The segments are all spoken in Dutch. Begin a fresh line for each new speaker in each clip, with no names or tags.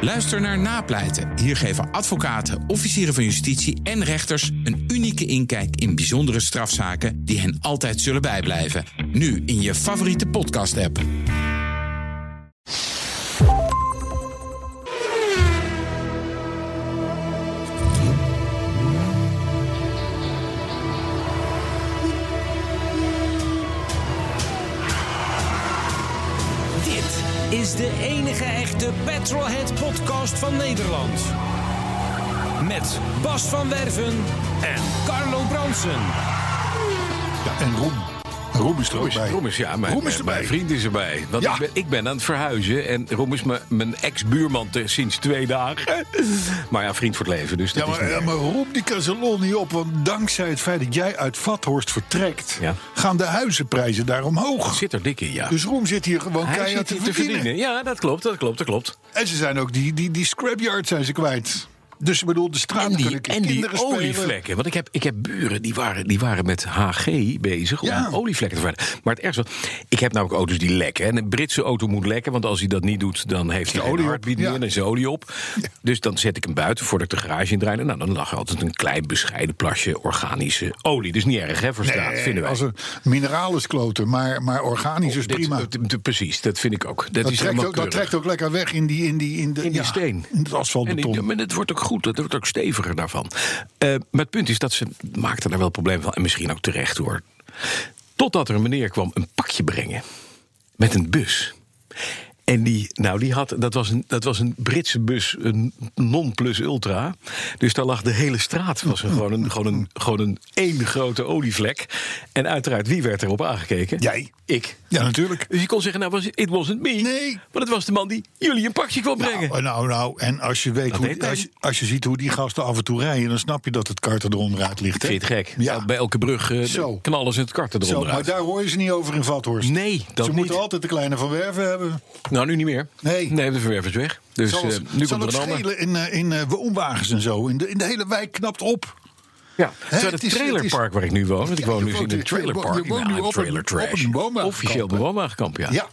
Luister naar Napleiten. Hier geven advocaten, officieren van justitie en rechters een unieke inkijk in bijzondere strafzaken die hen altijd zullen bijblijven. Nu in je favoriete podcast-app.
Dit is de enige echte Petrolhead podcast van Nederland. Met Bas van Werven en Carlo Bransen.
Ja, en Roem. Roem is er ook bij.
Roem is, ja, mijn,
Roem is erbij.
mijn vriend is erbij. Want
Ja.
ik, ben, ik ben aan het verhuizen en Roem is mijn, mijn ex-buurman te- sinds twee dagen. Maar ja, vriend voor het leven, dus dat
Ja, maar,
is
ja,
niet
maar Roem die kan zijn lol niet op. Want dankzij het feit dat jij uit Vathorst vertrekt...
Ja.
gaan de huizenprijzen daar omhoog.
Zit er dik in, ja.
Dus Roem zit hier gewoon
Hij
keihard
zit
te
hier te
verdienen.
verdienen. Ja, dat klopt, dat klopt, dat klopt.
En ze zijn ook die, die, die scrapyard zijn ze kwijt. Dus ik bedoel, de straat
En die,
kunnen
en die
kinderen spelen.
olievlekken. Want ik heb, ik heb buren die waren, die waren met HG bezig om
Ja.
olievlekken te verwijderen. Maar het ergste was, ik heb namelijk auto's die lekken. En een Britse auto moet lekken, want als hij dat niet doet... dan heeft hij
olie
olie
op,
heartbeat
ja.
meer, dan is de olie op. Dus dan zet ik hem buiten voordat ik de garage indraai. Nou, dan lag er altijd een klein bescheiden plasje organische olie. Dus niet erg, hè, voor straat,
Eh,
vinden wij.
Als een mineraal is kloten, maar, maar organisch is dus
Dit-
prima.
eh, t- t- precies, dat vind ik ook. Dat,
dat,
is
trekt
helemaal
ook, dat
keurig.
trekt ook lekker weg in die, in die, in de,
In die steen.
In het
En die-
asfaltbeton.
maar het wordt ook goed, het wordt ook steviger daarvan. Eh, maar het punt is dat ze maakten daar wel problemen van. En misschien ook terecht hoor. Totdat er een meneer kwam een pakje brengen. Met een bus. En die, nou, die had, dat was een, dat was een Britse bus, een non-plus ultra. Dus daar lag de hele straat, was een, gewoon een, gewoon een, gewoon een één grote olievlek. En uiteraard, wie werd erop aangekeken?
Jij.
Ik.
Ja, natuurlijk.
Dus je kon zeggen, nou, was, it wasn't me.
Nee.
Maar het was de man die jullie een pakje kwam brengen.
Nou, nou, nou, en als je, weet
deed
hoe,
hij.
als, je- als je ziet hoe die gasten af en toe rijden... dan snap je dat het kart er onderuit ligt.
Ik
hè?
vind het gek.
Ja.
Bij elke brug eh,
Zo.
knallen ze het karten
Zo,
eronder
maar
uit.
daar hoor je ze niet over in Vathorst.
Nee, dat
ze
niet.
moeten altijd de kleine van Werven hebben.
Nou, nu niet meer.
Nee.
Nee, de verwerf is weg. Dus
zal
eh, nu komt
ook
er een ander.
schelen in, eh, in eh, woonwagens en zo. In de, in de hele wijk knapt op.
Ja.
Hè,
Terwijl
het
het
is- het
trailerpark waar ik nu woon, want ik
Ja,
woon
je
nu
woont-
in een
je- je
trailerpark.
woont- je woont nu op een-
trailer trash.
op een woonwagenkamp,
Officieel
hè?
bewoonwagenkamp, ja.
Ja.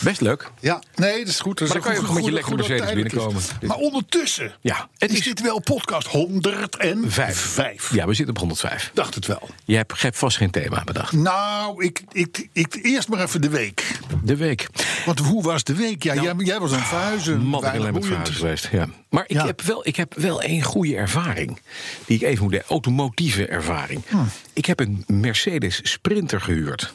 Best leuk.
Ja, nee, dat is goed. Dat
Maar
is
dan kan je
een
ook met je
goede-
lekkere
goede
Mercedes
tijdelijk is.
binnenkomen.
Maar ondertussen
Ja, het
het is,
is-
dit wel podcast 105.
Ja, we zitten op 105.
Dacht het wel.
Je hebt, je hebt vast geen thema bedacht.
Nou, ik, ik, ik, eerst maar even de week.
De week.
Want hoe was de week? Ja, jij, jij was aan het verhuizen.
Nou, ah, Man, ik
Mm, weinig
ben alleen met
boeiend.
verhuizen geweest. Ja. Maar ik,
Ja.
heb wel, ik heb wel een goede ervaring. Die ik even moet delen. Automotieve ervaring.
Hmm.
Ik heb een Mercedes Sprinter gehuurd.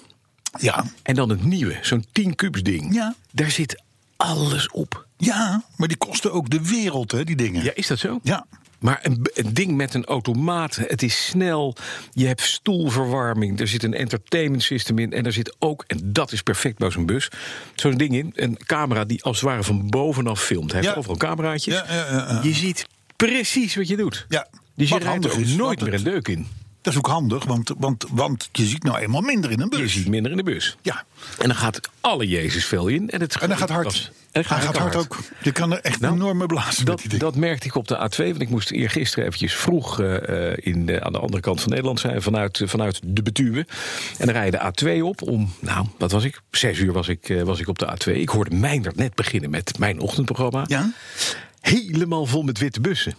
Ja,
En dan het nieuwe, zo'n 10 kubus ding.
Ja.
Daar zit alles op.
ja, maar die kosten ook de wereld, hè, die dingen.
Ja, is dat zo?
Ja.
Maar een, b- een ding met een automaat, het is snel. Je hebt stoelverwarming, er zit een entertainment system in. En er zit ook, en dat is perfect bij zo'n bus, zo'n ding in. Een camera die als het ware van bovenaf filmt. Hij heeft
Ja.
overal cameraatjes.
Ja, ja, ja, ja.
Je ziet precies wat je doet.
Ja.
Dus je
Wat
rijdt er
handig
ook
is,
nooit
want
meer een
het-
deuk in.
Dat is ook handig, want, want, want je ziet nou eenmaal minder in een
Je
bus.
ziet minder in de bus.
Ja.
En dan gaat alle Jezus veel in. En, het
En dat gaat hard.
En dat
Hij gaat hard ook. Je kan er echt
Nou,
enorme blazen met
Dat,
die dingen.
dat merkte ik op de A2, want ik moest hier gisteren eventjes vroeg eh, eh, in, eh, aan de andere kant van Nederland zijn, vanuit, eh, vanuit de Betuwe. En dan rij je de A2 op om, nou, wat was ik? Zes uur was ik, eh, was ik op de A2. Ik hoorde Meijndert net beginnen met mijn ochtendprogramma.
Ja?
Helemaal vol met witte bussen.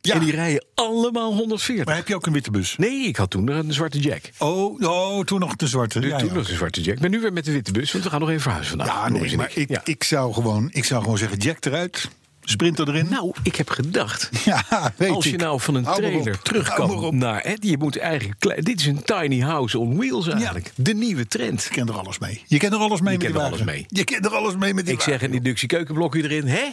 Ja.
En die rijden allemaal 140.
Maar heb je ook een witte bus?
Nee, ik had toen nog een zwarte jack.
Oh, oh, toen nog de zwarte.
Dus
Ja,
toen
ja.
was een zwarte jack. Ik ben nu weer met de witte bus, want we gaan nog even verhuizen vandaag.
Ja,
Robin
nee,
en
maar ik,
Ja.
ik, zou gewoon, ik zou gewoon zeggen, Jack eruit, Sprinter erin.
Nou, ik heb gedacht,
ja, weet
Als je
ik.
nou van een
Hou maar
trailer
op.
terug
Hou maar op.
kan naar... Hè, je moet eigenlijk... klei- Dit is een tiny house on wheels eigenlijk. De nieuwe trend.
Je kent er alles mee. Je kent er alles mee
Je
met
kent
die
er alles
wagen.
mee.
Je kent er alles mee met die
Ik zeg
wagen.
een inductie keukenblokje erin. Hè?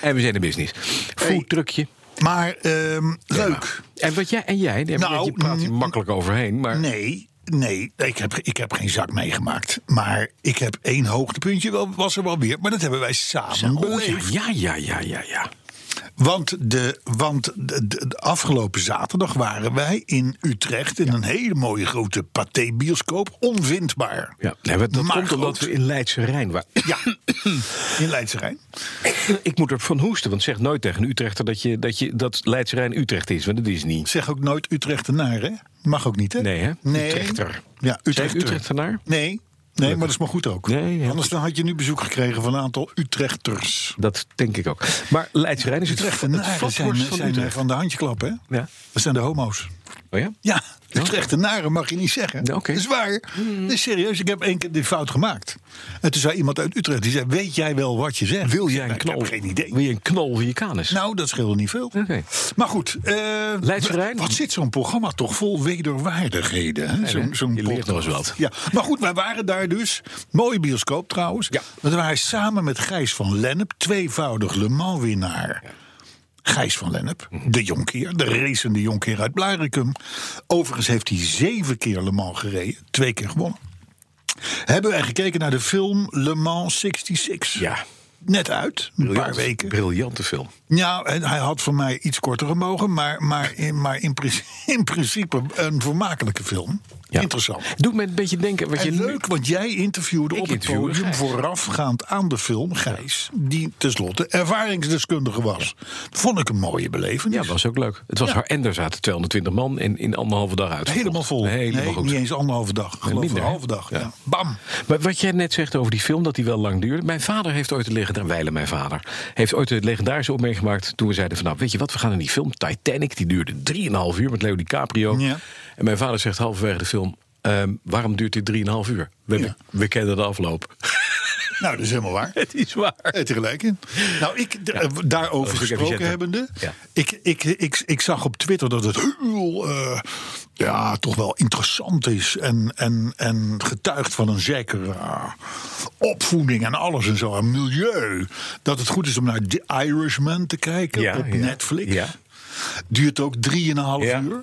En we zijn in business. Foodtruckje.
Maar ehm, leuk.
En wat jij en jij, nee, maar
Nou,
je praat hier
mm,
makkelijk overheen. Maar
Nee, nee ik, heb, ik heb geen zak meegemaakt. Maar ik heb één hoogtepuntje, wel, was er wel weer. Maar dat hebben wij samen
Oh, ja,
beleefd.
ja, ja, ja, ja, ja.
Want, de, want de, de- de afgelopen zaterdag waren wij in Utrecht... in een hele mooie grote pathé-bioscoop, onvindbaar.
ja. Nee, maar dat
Maar
komt omdat
groot.
we in Leidse Rijn waren.
Ja, in Leidse Rijn.
Ik moet ervan hoesten, want zeg nooit tegen een Utrechter dat, je, dat, je, dat Leidse Rijn Utrecht is. Want dat is niet.
Zeg ook nooit Utrechtenaar, hè? Mag ook niet, hè?
Nee, hè?
Nee.
Utrechter.
Ja,
Zeg
Utrechter.
Utrechtenaar?
Nee, Nee, maar dat is maar goed ook.
Nee, ja.
Anders dan had je nu bezoek gekregen van een aantal Utrechters.
Dat denk ik ook. Maar Leidse Rijn is het, het
Utrechtenaren zijn,
Vathorst van
zijn eh,
Utrecht.
van de handjeklap, hè?
Ja.
Dat zijn de homo's.
Oh ja?
Ja, Utrechtenaren mag je niet zeggen.
Ja, oké. Hmm.
Dat is waar. Dat is serieus. Ik heb één keer die fout gemaakt. En toen zei iemand uit Utrecht, die zei, weet jij wel wat je zegt?
Wil jij
Nou,
een knal?
Ik heb geen idee.
Wil je een knal voor je kanus?
Nou, dat scheelde niet veel.
Oké.
Maar goed. eh,
Leidse Rijn?
Wat zit zo'n programma toch vol wederwaardigheden. Hè? Zo'n-
hè?
zo'n
Je leert
podcast.
nog eens wat.
Ja, maar goed, wij waren daar dus. Mooie bioscoop trouwens.
Ja.
Want wij waren samen met Gijs van Lennep, tweevoudig Le Mans winnaar. Gijs van Lennep,
Mhm.
de jonkheer, de racende jonkheer uit Blaricum. Overigens heeft hij zeven keer Le Mans gereden, twee keer gewonnen. Hebben wij gekeken naar de film Le Mans 66.
Ja.
Net uit, een paar weken.
Briljante film.
Ja, en hij had voor mij iets korter gemogen, maar, maar, in, maar in, prin- in principe een vermakelijke film.
Ja.
Interessant.
Doet me een beetje denken wat je
En
nu-
leuk, want jij interviewde
Ik
op het
interviewde
podium
Gijs.
voorafgaand aan de film Gijs, die tenslotte ervaringsdeskundige was. Vond ik een mooie belevenis.
Ja, was ook leuk. Het was
Ja.
haar en daar zaten 220 man in, in anderhalve dag uit.
Helemaal vol.
Helemaal
nee,
goed.
niet eens anderhalve dag. Ik Geloof
minder,
een
hè?
halve dag. Ja.
Ja.
Bam.
Maar wat jij net zegt over die film, dat die wel lang duurde. Mijn vader heeft ooit een legendarische... Wijlen, mijn vader, heeft ooit een legendarische opmerking gemaakt... toen we zeiden van, nou, weet je wat, we gaan in die film Titanic. Die duurde 3,5 uur met Leo DiCaprio.
Ja.
En mijn vader zegt halverwege de film... ehm, waarom duurt dit 3,5 uur? We,
Ja.
we kennen de afloop.
Nou, dat is helemaal waar.
Het is waar.
Eh, tegelijk in. Nou, ik, d- eh,
dat
daarover
is natuurlijk
gesproken
efficiënter.
hebbende.
Ja.
Ik, ik, ik, ik zag op Twitter dat het heel, eh, ja, toch wel interessant is. En, en, en getuigt van een zekere eh, opvoeding en alles en zo. En milieu. Dat het goed is om naar The Irishman te kijken
Ja,
op
ja.
Netflix.
Ja.
Duurt ook 3,5
Ja.
uur.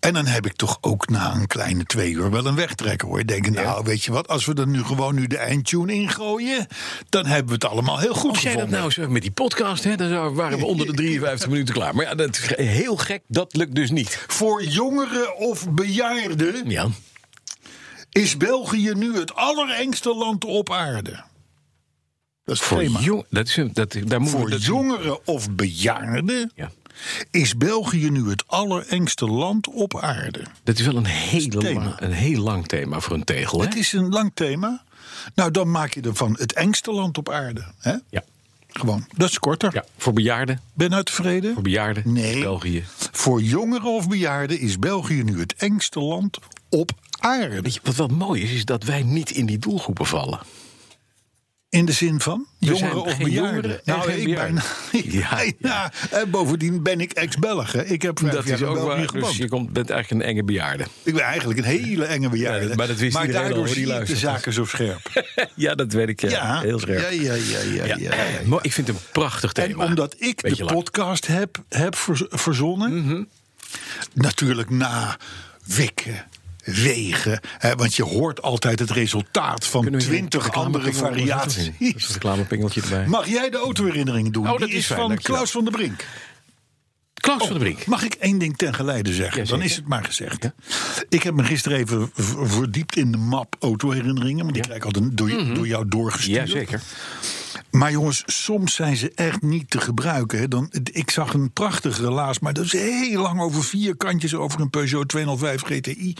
En dan heb ik toch ook na een kleine twee uur wel een wegtrekker hoor. Ik Denk, nou, weet je wat, als we er nu gewoon nu de eindtune ingooien, dan hebben we het allemaal heel goed
Als jij dat
gevonden.
nou zo met die podcast, hè, dan zou- waren we onder de 53 minuten klaar. Maar ja, dat is ge- heel gek, dat lukt dus niet.
Voor jongeren of bejaarden
Ja,
is België nu het allerengste land op aarde. Dat is het
voor
thema.
jong, dat is, een- dat, daar moeten we,
voor
dat,
jongeren of bejaarden
Ja.
is België nu het allerengste land op aarde.
dat is wel een, hele
thema.
lang, een heel lang thema voor een tegel. Hè?
Het is een lang thema. Nou, dan maak je ervan het engste land op aarde. Hè?
ja.
Gewoon, dat is korter.
ja, voor bejaarden.
Ben uit tevreden?
Voor bejaarden
Nee.
is België.
Voor jongeren of bejaarden is België nu het engste land op aarde.
Weet je, wat wel mooi is, is dat wij niet in die doelgroepen vallen.
In de zin van? Jongeren
zijn
of
geen
bejaarden?
jongeren en
nou,
geen
ik
bejaarden.
bijna. ik
Ja,
bijna. En bovendien ben ik ex-Belg. hè. Ik heb vijf
dat
jaar
is
in
ook
België
waar. Dus
gewoond.
je komt, bent eigenlijk een enge bejaarde.
Ik ben eigenlijk een hele enge bejaarde.
Ja, dat- maar dat wist iedereen al,
daardoor
hoor, die
zie ik de
luistert.
zaken zo scherp.
Ja, dat weet ik. Ja,
Ja,
heel scherp.
Ja, ja, ja, ja, ja, ja.
Mooi, ik vind het een prachtig
En
thema.
omdat ik
Beetje
de
lang. Mhm.
podcast heb, heb ver- verzonnen. Natuurlijk na wikken, wegen. Hè, want je hoort altijd het resultaat van
Kunnen we hier een
twintig andere
reclamepingel onderzetten? Dat is een
variaties.
reclamepingeltje erbij.
Mag jij de autoherinnering doen?
Oh, dat
Die
is
is
fijn,
van
dankjewel.
Klaus van der Brink.
Klaus van der Brink.
Mag ik één ding ten geleide zeggen?
Jazeker.
Dan is het maar gezegd. Ik heb me gisteren even v- verdiept in de map autoherinneringen. Want die krijg ik altijd door, door jou doorgestuurd.
Mhm. Ja, zeker.
Maar jongens, soms zijn ze echt niet te gebruiken. Hè. Dan, ik zag een prachtig relaas, maar dat is heel lang over vier kantjes over een Peugeot 205 GTI.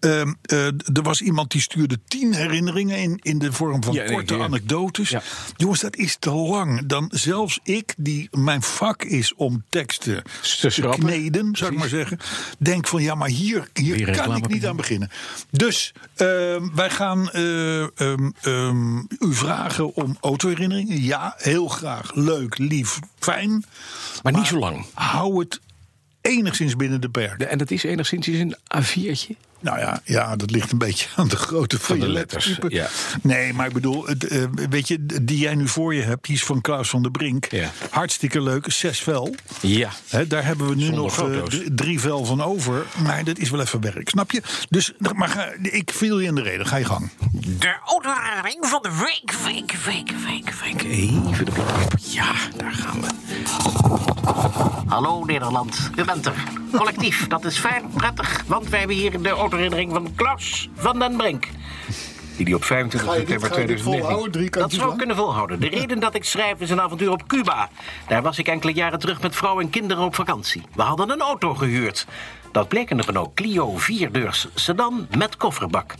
Ehm, eh, er was iemand die stuurde tien herinneringen in, in de vorm van
Ja, nee,
korte
ja.
anekdotes.
Ja.
Jongens, dat is te lang. Dan zelfs ik, die mijn vak is om teksten
Te
te
schrappen.
kneden, zou ik maar zeggen, denk van ja, maar hier, hier
Weer
kan ik
reclame
niet aan beginnen. Dus ehm, wij gaan eh, ehm, ehm, u vragen om autoherinneringen. Ja, heel graag. Leuk, lief, fijn.
Maar niet zo lang.
Hou het enigszins binnen de perk.
En dat is enigszins is een A4'tje.
Nou ja, ja, dat ligt een beetje aan de grootte van,
de
je
letters,
lettertype.
ja.
Nee, maar ik bedoel, het, eh, weet je, die jij nu voor je hebt, die is van Klaus van der Brink.
Ja.
Hartstikke leuk, zes vel.
Ja.
Hè, daar hebben we nu
Zonder
nog eh,
foto's.
d- drie vel van over. Maar dat is wel even werk, snap je? Dus, maar ga, ik viel je in de reden. Ga je gang.
De onderhaling van de week, week, week, week, week.
Even de klap. Ja, daar gaan we.
Hallo Nederland, u bent er. Collectief, dat is fijn, prettig, want wij hebben hier de autoherinnering van Klaus van den Brink. Die die op 25 september 2019. Dat zou ik kunnen volhouden. De reden dat ik schrijf is een avontuur op Cuba. Daar was ik enkele jaren terug met vrouw en kinderen op vakantie. We hadden een auto gehuurd. Dat bleek een Renault Clio vierdeurs sedan met kofferbak.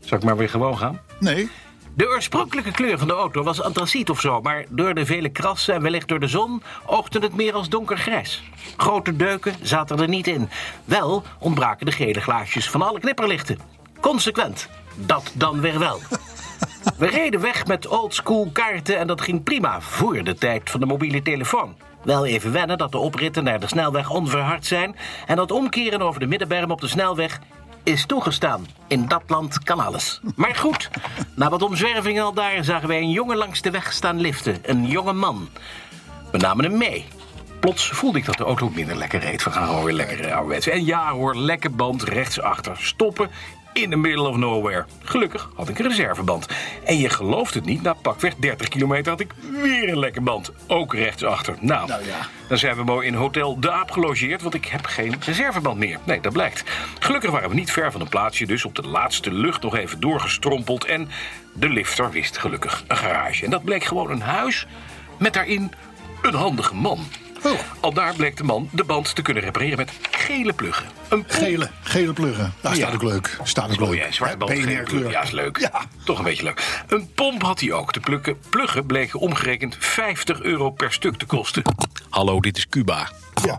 Zal ik maar weer gewoon gaan?
Nee,
De oorspronkelijke kleur van de auto was antraciet of zo, maar door de vele krassen en wellicht door de zon oogde het meer als donkergrijs. Grote deuken zaten er niet in. Wel ontbraken de gele glaasjes van alle knipperlichten. Consequent, dat dan weer wel. We reden weg met oldschool kaarten en dat ging prima voor de tijd van de mobiele telefoon. Wel even wennen dat de opritten naar de snelweg onverhard zijn en dat omkeren over de middenberm op de snelweg is toegestaan. In dat land kan alles. Maar goed, na wat omzwervingen al daar zagen wij een jongen langs de weg staan liften. Een jonge man. We namen hem mee. Plots voelde ik dat de auto minder lekker reed. We gaan gewoon weer lekker eh, ouderwets. En ja hoor, lekke band rechtsachter. Stoppen in the middle of nowhere. Gelukkig had ik een reserveband. En je gelooft het niet, na pakweg 30 kilometer had ik weer een lekke band. Ook rechtsachter. Nou, dan zijn we mooi in Hotel De Aap gelogeerd... want ik heb geen reserveband meer. Nee, dat blijkt. Gelukkig waren we niet ver van een plaatsje... dus op de laatste lucht nog even doorgestrompeld... en de lifter wist gelukkig een garage. En dat bleek gewoon een huis met daarin een handige man. Al daar bleek de man de band te kunnen repareren met gele pluggen. Een
gele, gele pluggen. Daar staat ook leuk. Staat ook leuk.
ja, zwarte
Hè,
band, gele
PNR-kleur.
pluggen. Ja, is leuk.
Ja.
Toch een beetje leuk. Een pomp had hij ook. De plukken, pluggen bleken omgerekend 50 euro per stuk te kosten.
Hallo, dit is Cuba.
Ja.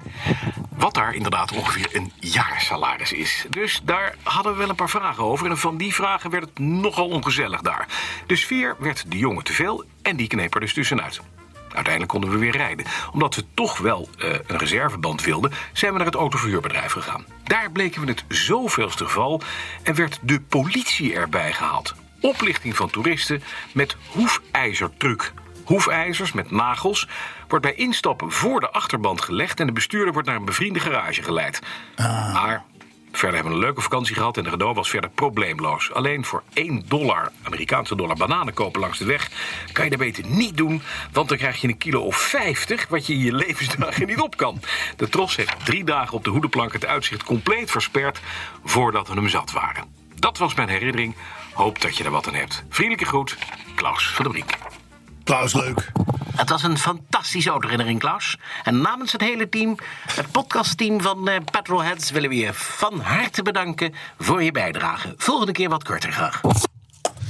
Wat daar inderdaad ongeveer een jaarsalaris is. Dus daar hadden we wel een paar vragen over. En van die vragen werd het nogal ongezellig daar. De sfeer werd de jongen te veel en die kneep er dus tussenuit. Uiteindelijk konden we weer rijden. Omdat we toch wel eh, een reserveband wilden, zijn we naar het autoverhuurbedrijf gegaan. Daar bleken we het zoveelste geval en werd de politie erbij gehaald. Oplichting van toeristen met hoefijzertruc. Hoefijzers met nagels wordt bij instappen voor de achterband gelegd en de bestuurder wordt naar een bevriende garage geleid. Maar verder hebben we een leuke vakantie gehad en de Renault was verder probleemloos. Alleen voor 1 dollar, Amerikaanse dollar, bananen kopen langs de weg kan je dat beter niet doen, want dan krijg je een kilo of 50 wat je in je levensdagen niet op kan. De tros heeft drie dagen op de hoedenplank het uitzicht compleet versperd voordat we hem zat waren. Dat was mijn herinnering. Hoop dat je er wat aan hebt. Vriendelijke groet, Klaus van der Brink.
Klaus, leuk.
Het was een fantastische autoherinnering, Klaus. En namens het hele team, het podcastteam van eh, Petrolheads... willen we je van harte bedanken voor je bijdrage. Volgende keer wat korter graag.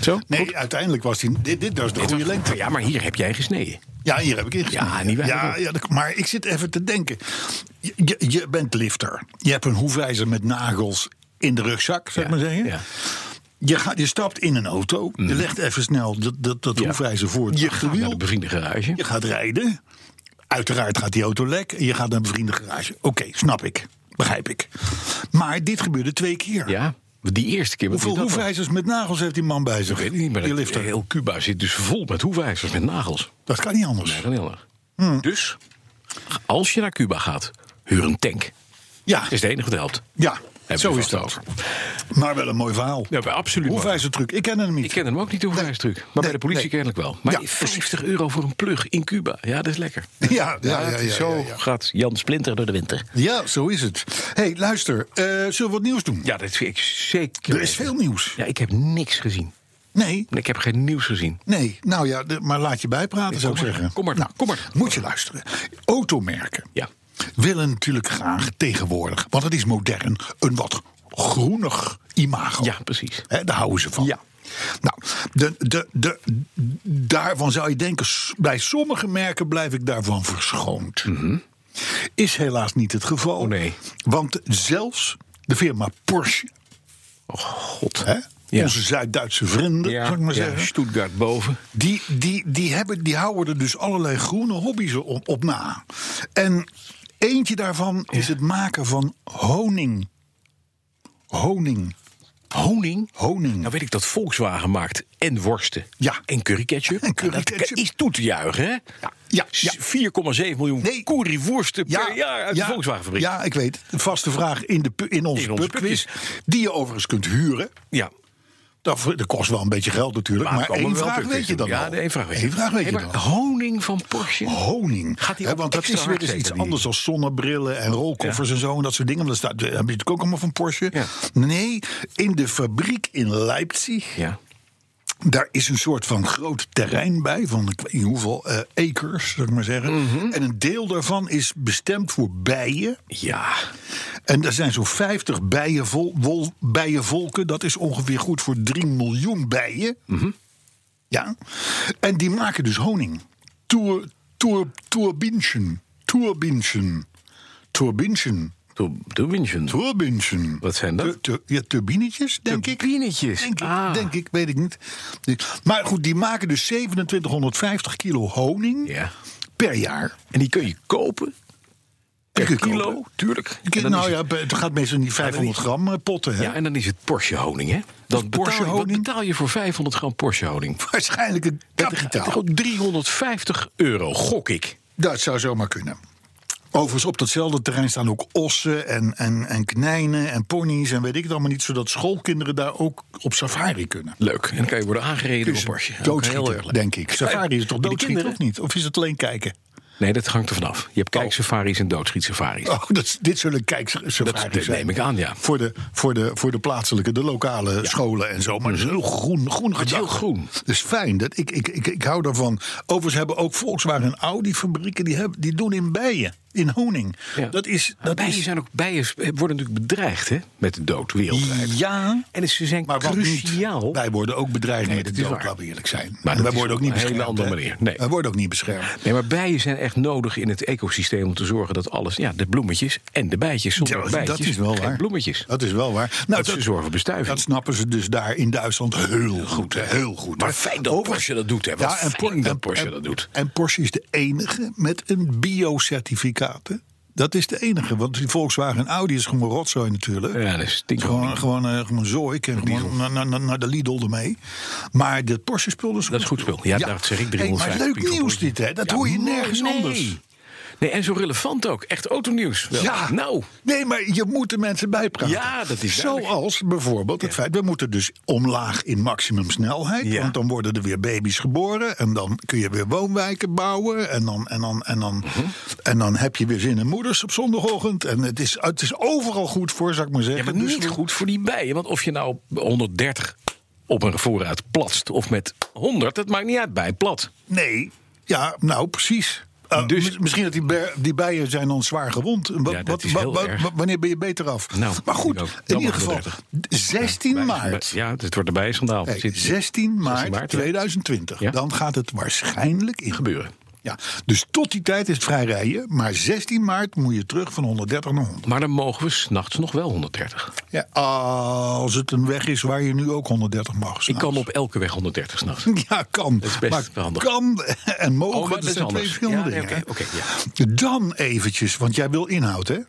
Zo?
Nee, uiteindelijk was die. Dit, dit was de goede lengte.
Ja, maar hier heb jij gesneden.
Ja, hier heb ik ingestaan.
Ja, niet waar.
Ja, ja, dat- maar ik zit even te denken. Je, je, je bent lifter. Je hebt een hoefijzer met nagels in de rugzak, zou ik
Ja,
maar zeggen.
ja.
Je, gaat, je stapt in een auto. Je legt even snel dat, dat, dat
Mhm. Ja.
hoefijzer voor het
Je gaat naar de
achterwiel.
bevriende garage.
Je gaat rijden. Uiteraard gaat die auto lek. En je gaat naar een bevriende garage. Oké, snap ik. Begrijp ik. Maar dit gebeurde twee keer.
Ja, die eerste keer. wat
Hoeveel
die dat was.
hoefijzers met nagels heeft die man bij zich?
Ik weet het niet, maar
die
dat-
lifter.
heel Cuba zit dus vol met hoefijzers, met nagels.
Dat kan niet anders.
Geweldig.
Hmm.
Dus, als je naar Cuba gaat, huur een tank.
Ja,
Is het enige wat helpt.
ja
Heb
zo is dat. Maar wel een mooi verhaal.
Ja, absoluut. mooi.
Hoefijzertruc, ik ken hem niet.
Ik ken hem ook niet, de hoefijzertruc. Maar bij de politie
nee.
kennelijk wel. Maar
Ja,
50 euro voor een plug in Cuba. Ja, dat is lekker.
Ja, ja, ja, ja,
het is
ja,
zo
ja.
gaat Jan Splinter door de winter.
Ja, zo is het. hey, luister, eh, zullen we wat nieuws doen?
Ja, dat vind ik zeker.
er is veel nieuws.
Ja, ik heb niks gezien.
Nee,
Ik heb geen nieuws gezien.
nee, nou ja, de- maar laat je bijpraten, zou ik
kom maar,
zeggen.
kom maar,
nou,
kom maar.
Moet je luisteren. Automerken
Ja.
willen natuurlijk graag tegenwoordig, want het is modern, een wat groenig imago.
Ja, precies.
Hè, daar houden ze van.
Ja.
Nou, de, de, de, daarvan zou je denken, s- bij sommige merken blijf ik daarvan verschoond. Is helaas niet het geval.
Mhm. Oh, nee.
Want zelfs de firma Porsche,
Oh, God.
hè,
Ja.
onze Zuid-Duitse vrienden,
Ja,
zou ik maar
ja,
zeggen,
Stuttgart boven.
die, die, die, hebben, die houden er dus allerlei groene hobby's op, op na. En eentje daarvan is het maken van honing. Honing.
Honing?
Honing.
Nou weet ik dat Volkswagen maakt en worsten.
Ja.
En curryketchup.
En curry
Dat
ketchup.
is toe te juichen, hè? Ja.
ja, ja.
4,7 miljoen
Nee.
curryworsten per jaar uit de Volkswagenfabriek.
Ja, ik weet. Een vaste vraag in, de, pu- in onze,
In onze
pubquiz.
pubquiz.
Die je overigens kunt huren.
Ja.
Dat, v- dat kost wel een beetje geld natuurlijk. Maar,
kan
één
me wel
vraag weet
terugvinden.
je dan
Ja,
al.
de één vraag weet
Eén
je.
vraag weet
Hey,
je
maar
dan al. Oh.
Honing van Porsche.
Honing.
Gaat die
Hè,
ook
want dat
extra
is weer
hard
eens iets
zetten, die-
anders dan zonnebrillen en rolkoffers en zo. En dat soort dingen. Want dat staat, dat heb je natuurlijk ook allemaal van Porsche.
Ja.
Nee, in de fabriek in Leipzig
Ja.
Daar is een soort van groot terrein bij, van ik weet niet hoeveel eh acres, zou ik maar zeggen.
Mhm.
En een deel daarvan is bestemd voor bijen.
Ja.
En er zijn zo'n 50 bijenvol, wol, bijenvolken. Dat is ongeveer goed voor 3 miljoen bijen.
Mhm.
Ja. En die maken dus honing. Tour, tour, tourbinchen. Tourbinchen. Tourbinchen.
Toen Winchen.
Tourbinchen.
Wat zijn dat?
Tu- tu- ja, turbinetjes, denk
Turbinetjes.
ik. Denk ik.
Ah.
Denk ik, weet ik niet. Maar goed, die maken dus 2750 kilo honing
Ja.
per jaar.
En die kun je kopen. Per
kun je
kilo,
kopen.
tuurlijk.
Ik-
En dan
nou
is
ja,
het-
het gaat meestal in die 500 gram eh, potten. Hè?
ja, en dan is het Porsche honing, hè? Dat
Porsche
betaal, je-
honing?
Wat betaal je voor 500 gram Porsche honing?
Waarschijnlijk een kapitaal.
Gewoon 350 euro, gok ik.
Dat zou zomaar kunnen. Overigens, op datzelfde terrein staan ook ossen en, en, en knijnen en ponies en weet ik het allemaal niet, zodat schoolkinderen daar ook op safari kunnen. Dus
Leuk. En dan kan je worden aangereden door Porsche. Ook heel erg
Doodschieten,
leuk.
denk ik. Safari is toch
Bij de
doodschieten
kinderen?
of niet? Of is het alleen kijken?
Nee, dat hangt er vanaf. Je hebt kijksafaris en doodschietsafaris.
Oh, dat, is- dit zullen kijksafaris
dat
zijn.
neem ik aan, ja.
Voor de, voor de, voor de plaatselijke, de lokale scholen en zo. Maar het is heel groen, groen
Mhm. Het is
gedacht.
heel groen.
Dat is fijn. Dat, ik, ik, ik, ik hou daarvan. Overigens hebben ook Volkswagen en Audi fabrieken... die, hebben, die doen in bijen, in honing.
Ja.
Dat is... Dat
bijen,
is
zijn ook, bijen worden natuurlijk bedreigd hè, met de dood wereldwijd.
ja,
En ze zijn
maar wat
cruciaal.
niet? Wij worden ook bedreigd
Nee,
met de
dat is
dood,
waar.
laten we eerlijk zijn.
Maar
En wij
dat is
worden ook
op
niet
een hele
beschermd.
andere
hè.
manier. Nee.
Wij worden ook niet beschermd.
Nee, maar bijen zijn echt nodig in het ecosysteem om te zorgen dat alles, ja, de bloemetjes en de bijtjes, zonder
Ja,
bijtjes,
dat is wel
geen
waar.
bloemetjes.
Dat is wel waar. Nou,
dat, ze zorgen voor bestuiving.
Dat snappen ze dus daar in Duitsland heel goed. hè, Heel goed.
Maar fijn dat Porsche dat doet, hè. Wat fijn
Por-
dat Porsche dat doet.
En Porsche is de enige met een bio-certificaat. hè. Dat is de enige, want die Volkswagen en Audi is gewoon rotzooi natuurlijk.
Ja, dat stinkt
gewoon,
gewoon.
gewoon, eh, gewoon zooi. Ik ken gewoon naar naar- naar de Lidl ermee. Maar dat Porsche-spul is
Dat is goed spul. Ja, dat zeg ik,
Hey, maar
350
leuk
piek op
nieuws
Porsche.
dit, hè? Dat
Ja,
hoor je
mooi,
nergens
nee.
anders.
Nee, en zo relevant ook. Echt autonieuws. wel.
Ja,
Nou,
Nee, maar je moet de mensen bijpraten.
Ja, dat is duidelijk.
Zoals bijvoorbeeld het feit, we moeten dus omlaag in maximumsnelheid.
Ja.
Want dan worden er weer baby's geboren. En dan kun je weer woonwijken bouwen. En dan, en dan, en dan,
Mhm.
en dan heb je weer zin in moeders op zondagochtend. En het is, het is overal goed voor, zou ik maar
ja,
zeggen.
maar
Dus
niet
we-
goed voor die bijen. Want of je nou 130 op een voorraad platst of met 100, dat maakt niet uit. Bij plat.
Nee, ja, nou precies. Eh,
Dus-
mis- misschien dat die, ber- die bijen zijn ons zwaar gewond. Wa-
Ja, dat
wat-
is
wa-
heel
wa-
erg.
wa- wanneer ben je beter af?
Nou,
maar goed,
ik ook.
in
Dan
ieder
mag
geval,
130.
16 maart.
Ja, het wordt erbij schandaal.
Nee, 16 maart,
maart, ja.
2020.
Ja.
Dan gaat het waarschijnlijk in
gebeuren.
Ja, dus tot die tijd is het vrij rijden. Maar 16 maart moet je terug van 130 naar 100.
Maar dan mogen we s'nachts nog wel 130.
Ja, als het een weg is waar je nu ook 130 mag.
Ik
s'nachts. Oh,
kan op elke weg 130 s'nachts.
Ja, kan.
is best
maar
handig.
kan en mogen,
Oh, maar
dat,
dat is
zijn twee
anders.
verschillende
Ja, nee,
dingen.
oké,
hè?
oké,
Dan eventjes, want jij wil inhoud, hè?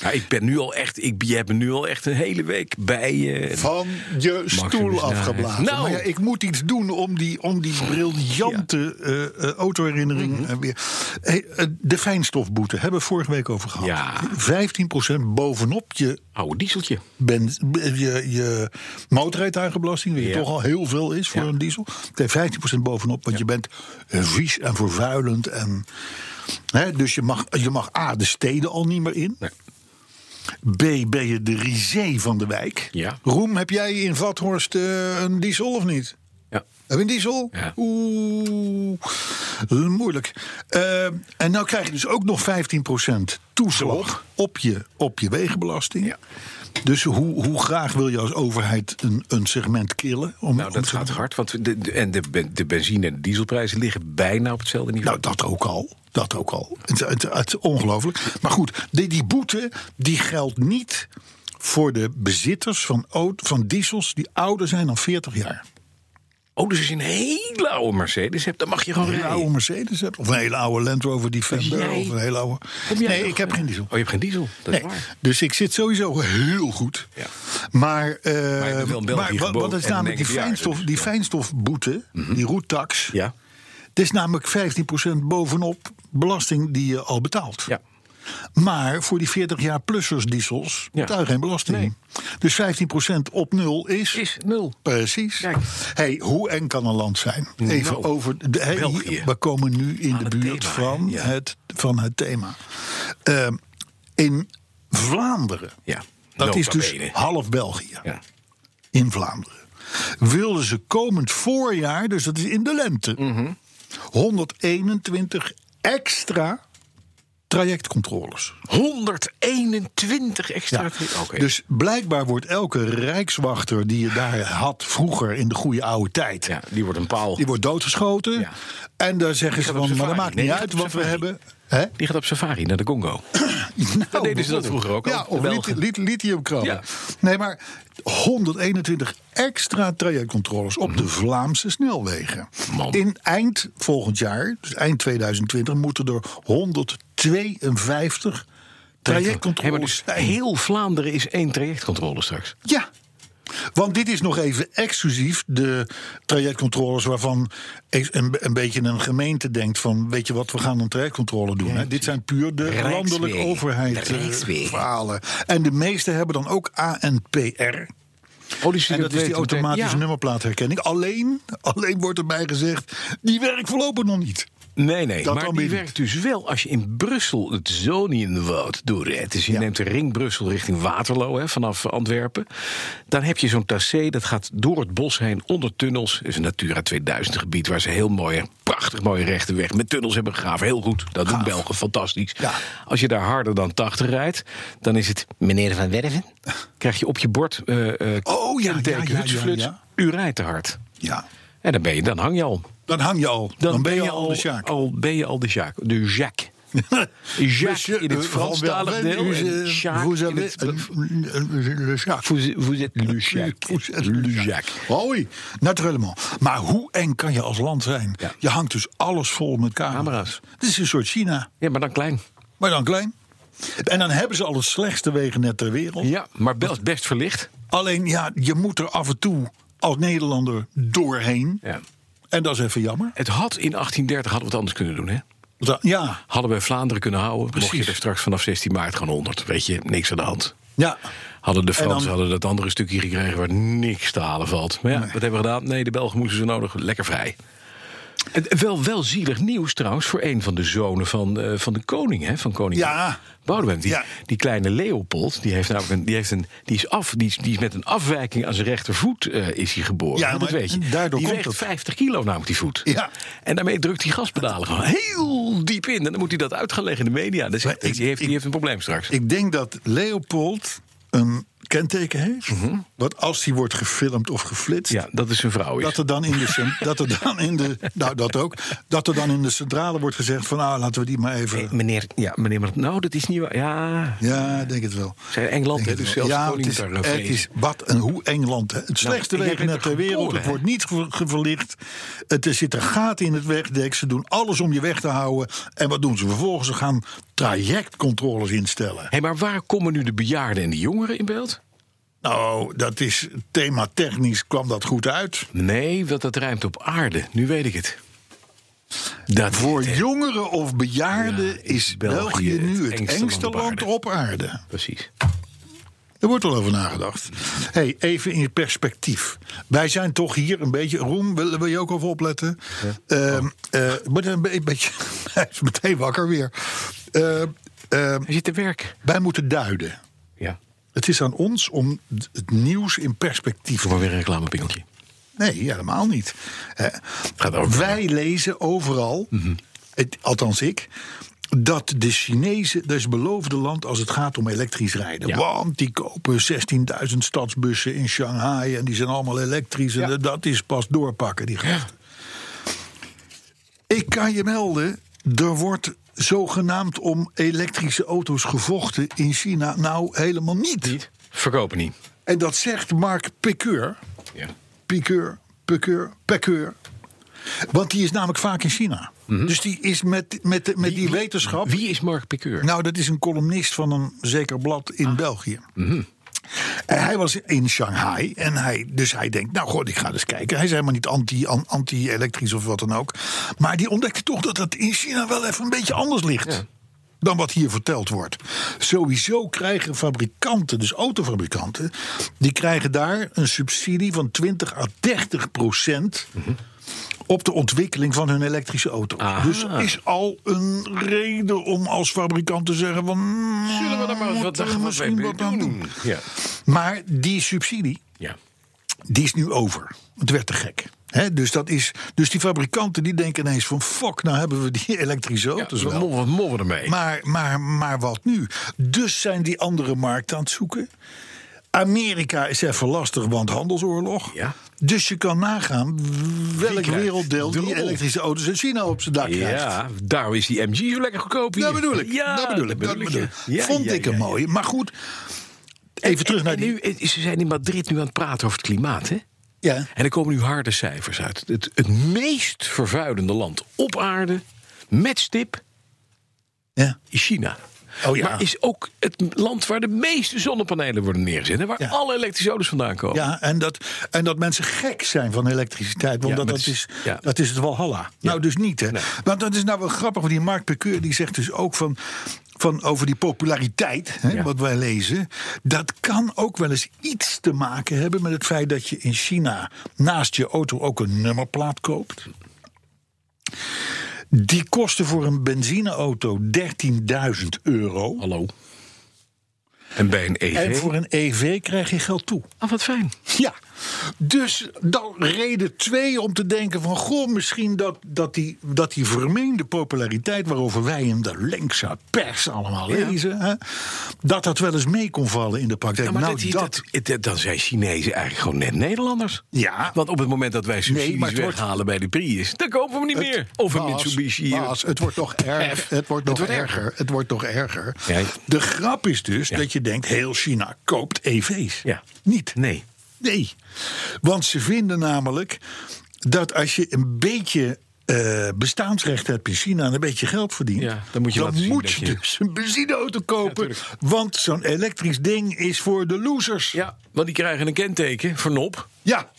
Ja, ik ben nu al echt, ik, je hebt me nu al echt een hele week bij. eh,
Van je stoel
Maximus, nou,
afgeblazen.
nou.
Maar ja, ik moet iets doen om die, om die briljante eh, eh, autoherinnering
Mhm.
eh, weer. Hey, eh, de fijnstofboete hebben we vorige week over gehad.
Ja.
15% bovenop je,
oude dieseltje.
ben, je, je motorrijtuigenbelasting, die
Ja.
toch al heel veel is voor
Ja.
een diesel. Daar 15% bovenop, want je bent eh, vies en vervuilend. En, hè, dus je mag, je mag A, de steden al niet meer in.
Nee.
B, ben je de risé van de wijk?
Ja.
Roem, heb jij in Vathorst eh, een diesel of niet?
Ja.
Heb je een diesel?
Ja.
Oeh, moeilijk. Eh, en nou krijg je dus ook nog 15% toeslag op je, op je wegenbelasting.
Ja.
Dus hoe, hoe graag wil je als overheid een, een segment killen? Om,
Nou,
om
dat
te-
gaat hard. Want de, de- en de, ben- de benzine- en de dieselprijzen liggen bijna op hetzelfde niveau.
Nou, dat ook al. Dat ook al. Het, het, het is ongelooflijk. Maar goed, die, die boete die geldt niet voor de bezitters van, au- van diesels die ouder zijn dan 40 jaar.
oh, dus als je een hele oude Mercedes hebt, dan mag je gewoon
Een hele
rijden.
oude Mercedes hebt, of een hele oude Land Rover Defender,
Jij-
of een hele oude...
Heb jij
Nee,
nog-
ik heb geen diesel.
Oh, je hebt geen diesel. Dat
Nee,
is waar.
dus ik zit sowieso heel goed.
Ja.
Maar, eh,
bent wel in België
maar wa-
geboren
wat is
en
namelijk die,
een enkel jaar,
fijnstof,
dus,
die
ja.
fijnstofboete, die roettax...
Mhm. Ja.
Het is namelijk 15% bovenop belasting die je al betaalt.
Ja.
Maar voor die 40 jaar plussers diesels
Ja.
betaal je geen belasting.
Nee.
Dus 15% op nul is...
Is nul.
Precies.
Kijk.
Hey, hoe eng kan een land zijn? Even
Nou,
over. De, hey,
België.
we komen nu in
Aan
de
het
buurt
thema,
van,
ja.
het, van het thema. Ehm, in Vlaanderen.
Ja.
Dat is dus
Nota bene.
half België.
Ja.
In Vlaanderen. wilden ze komend voorjaar, dus dat is in de lente,
Mhm.
121 extra trajectcontroles.
121 extra. Oké.
Dus blijkbaar wordt elke rijkswachter die je daar had vroeger in de goede oude tijd.
ja, die wordt een paal.
Die wordt doodgeschoten.
Ja.
En daar zeggen ze
gaat
van,
op
maar dat
safari.
maakt
Nee,
niet
die
uit
gaat op
wat we
safari.
hebben. Hè?
Die gaat op safari naar de
Nou,
Congo. deden ze dat
bijvoorbeeld.
vroeger ook al,
Ja,
de
of
Belgen.
lit- lit- lithiumkrammen.
Ja.
Nee, maar 121 extra trajectcontroles op de Vlaamse snelwegen.
Mhm. Man.
In eind volgend jaar, dus eind 2020, moeten er 152
Hey, maar dus
trajectcontroles zijn.
heel Vlaanderen is één trajectcontrole straks.
Ja. Want dit is nog even exclusief de trajectcontroles waarvan een, een beetje een gemeente denkt van weet je wat, we gaan een trajectcontrole doen. hè. Dit zijn puur de
Rijkswegen.
landelijke overheid
De
eh,
Rijkswegen.
verhalen. En de meeste hebben dan ook ANPR.
Oh, die
En dat is die automatische
Ja.
nummerplaatherkenning. Alleen, alleen wordt erbij gezegd, die werkt voorlopig nog niet.
Nee, nee,
Dat
maar
dan
die
weer niet.
werkt dus wel als je in Brussel het Zonienwoud doorrijdt. Dus je
Ja.
neemt de ring Brussel richting Waterloo hè, vanaf Antwerpen. Dan heb je zo'n tracé dat gaat door het bos heen, onder tunnels. Het is een Natura 2000 gebied waar ze heel mooi, prachtig mooie rechte weg met tunnels hebben gegraven. Heel goed, dat doen Belgen fantastisch.
Ja.
Als je daar harder dan 80 rijdt, dan is het meneer Van Werven. Krijg je op je bord eh eh
Oh, ja, ja,
kenteken,
ja, ja,
hutsfluts,
ja.
u rijdt te hard.
Ja,
En dan, ben je, dan hang je al.
dan hang je al. Dan, ben je, al de Sjaak.
Al ben je al de Sjaak. De Jacques. Jacques
Monsieur,
in
eh,
het Franstalig
Van
deel.
Werven, u,
en
eh,
Sjaak
vous
in
avez euh,
het...
een- een- een Sjaak.
Vous, vous êtes le Sjaak.
Goed,
Le Jacques.
Hoi, natuurlijk. Oh Maar hoe eng kan je als land zijn?
Ja.
Je hangt dus alles vol met camera's.
Camera's.
Dit is een soort China,
Ja, maar dan klein.
maar dan klein. En dan hebben ze al het slechtste wegennet ter wereld.
Ja, maar best, best verlicht.
Alleen, ja, je moet er af en toe als Nederlander doorheen.
Ja.
En dat is even jammer.
Het had in 1830 hadden we het anders kunnen doen, hè?
Da- Ja,
Hadden we Vlaanderen kunnen houden, mocht
Precies.
je er straks vanaf 16 maart gewoon 100. Weet je, niks aan de hand.
ja.
Hadden de
En dan-
Fransen hadden dat andere stukje gekregen waar niks te halen valt. Maar ja, wat hebben we gedaan? Nee, de Belgen moesten ze nodig. Lekker vrij. En wel, wel zielig nieuws trouwens voor een van de zonen van, eh, van de koning, hè, van koning
Ja.
Boudewijn. Die,
Ja.
die kleine Leopold, die, heeft namelijk een, die, heeft een, die, is af, die, is, die is met een afwijking aan zijn rechtervoet eh, is hij geboren.
Ja,
dat
maar
weet je.
daardoor
die
komt
weegt
het.
50 kilo namelijk, die voet.
Ja.
En daarmee drukt hij gaspedalen gewoon heel diep in. En dan moet hij dat uit gaan leggen in de media. Dus
Maar ik-
die, heeft, die
ik-
heeft een probleem straks.
Ik denk dat Leopold een kenteken heeft. Wat als hij wordt gefilmd of geflitst.
Mhm. ja, dat is zijn vrouw. Is.
Dat er dan in de. cent- dat er dan in de. Nou, dat ook. Dat er dan in de centrale wordt gezegd: van nou, laten we die maar even.
Eh, Meneer, ja, meneer, Mar- nou, dat is niet waar. Ja,
Ja, ik denk het wel.
zijn Engeland,
Ik
hè,
denk
dus
het wel.
zelfs
ja,
koning
het is,
daar, Nou, eh,
het is wat een hoe Engeland. Hè. Het slechtste
jij bent
wegennet
er
ter wereld.
geboren,
Het
hè?
wordt niet ge- geverlicht. Het, er zitten gaten in het wegdek. Ze doen alles om je weg te houden. En wat doen ze vervolgens? Ze gaan trajectcontroles instellen.
Hé, maar waar komen nu de bejaarden en de jongeren in beeld?
Nou, dat is thema technisch kwam dat goed uit.
Nee, want dat ruimt op aarde. Nu weet ik het. Dat
Voor
eh,
jongeren of bejaarden
Ja, is
is
België
België
het
nu het
engste
engste
land op
land
aarde.
op aarde.
Precies.
Er wordt al over nagedacht. hey, even in perspectief. Wij zijn toch hier een beetje... Roem, wil, wil je ook over opletten? Ehm, eh, wordt een be- een beetje... Hij is meteen wakker weer. Ehm, ehm,
Hij zit te werk.
wij moeten duiden.
Ja.
Het is aan ons om d- het nieuws in perspectief...
Doe maar weer een reclamepingeltje.
Nee, helemaal niet. Hè?
Gaat over-
Wij lezen overal,
Mhm.
het- althans ik... Dat de Chinezen, dat is beloofde land als het gaat om elektrisch rijden.
Ja.
Want die kopen 16.000 stadsbussen in Shanghai en die zijn allemaal elektrisch. En
Ja.
dat is pas doorpakken, die gasten. Ik kan je melden, er wordt zogenaamd om elektrische auto's gevochten in China. Nou, helemaal niet.
Niet? Verkopen niet.
En dat zegt Mark Piqueur.
Ja.
Piqueur, Piqueur, Piqueur. Want die is namelijk vaak in China. Dus die is met, met, de- met die wetenschap.
Mhm. Wie is Mark Piqueur?
Nou, dat is een columnist van een zeker blad in
Ah.
België.
Mhm.
En hij was in Shanghai en hij, dus hij denkt, nou god, ik ga eens kijken. Hij is helemaal niet anti- an- anti-elektrisch of wat dan ook. Maar die ontdekte toch dat dat in China wel even een beetje anders ligt. Dan wat hier verteld wordt. Sowieso krijgen fabrikanten, dus autofabrikanten, die krijgen daar een subsidie van 20 à 30 procent op de ontwikkeling van hun elektrische auto. Dus is al een reden om als fabrikant te zeggen van...
Zullen we daar maar eens wat,
moeten we
wat, wat
misschien
mee
wat aan
doen? Ja.
Maar die subsidie,
ja.
die is nu over. Het werd te gek. Hè, dus, dat is, dus die fabrikanten die denken ineens van... fuck, nou hebben we die elektrische
Ja,
auto's
dus wat
wel.
mollen- wat mollen we ermee?
Maar, maar, maar wat nu? Dus zijn die andere markten aan het zoeken. Amerika is even lastig, want handelsoorlog.
Ja.
Dus je kan nagaan welk
krijgt
werelddeel
de
die
rol?
elektrische auto's in China op zijn dak krijgt.
Ja, daarom is die MG zo lekker goedkoop hier.
Dat bedoel ik.
Ja,
dat bedoel ik. Dat bedoel ik.
ja. Ja,
Vond
ja,
ik
ja,
een
ja.
mooie. Maar goed, even terug
En-
naar
en
die...
Nu, en ze zijn in Madrid nu aan het praten over het klimaat, hè?
ja.
En er komen nu harde cijfers uit. Het, het meest vervuilende land op aarde, met stip,
Ja.
is China.
Oh ja.
Maar is ook het land waar de meeste zonnepanelen worden neergezet. En waar
Ja.
alle elektrische auto's vandaan komen.
Ja, en dat, en dat mensen gek zijn van elektriciteit. Want
Ja,
dat,
maar
dat,
het
is,
is- ja.
dat is het walhalla. Nou, dus niet, hè. Want dat is nou wel grappig. Want die Mark Pekeur die zegt dus ook van... Van over die populariteit, hè,
Ja.
wat wij lezen. Dat kan ook wel eens iets te maken hebben met het feit dat je in China naast je auto ook een nummerplaat koopt. Die kosten voor een benzineauto 13.000 euro.
Hallo. En bij een E EV.
En voor een EV krijg je geld toe.
Ah, wat fijn.
Ja, dus dan reden twee om te denken van... goh, misschien dat, dat, die, dat die vermeende populariteit... waarover wij in de linkse pers allemaal lezen... Hè, dat dat wel eens mee kon vallen in de praktijk.
Ja, maar
nou,
dat,
dat,
dat, dat- dan zijn Chinezen eigenlijk gewoon net Nederlanders.
Ja.
Want op het moment dat wij subsidies
Nee, maar het wordt-
weghalen bij de Prius, dan kopen we hem niet meer. Of een
Bas,
Mitsubishi. hier.
Bas, het wordt nog erg. Het wordt nog erger. Het wordt nog erger.
Ja.
De grap is dus dat je denkt... heel China koopt EV's.
Ja.
Niet.
Nee.
Nee. Want ze vinden namelijk dat als je een beetje eh, bestaansrecht hebt in China en een beetje geld verdient,
Ja, dan moet je laten zien dat je-
dus een benzineauto kopen. want zo'n elektrisch ding is voor de losers. Ja,
Ja, want die krijgen een kenteken voor nop.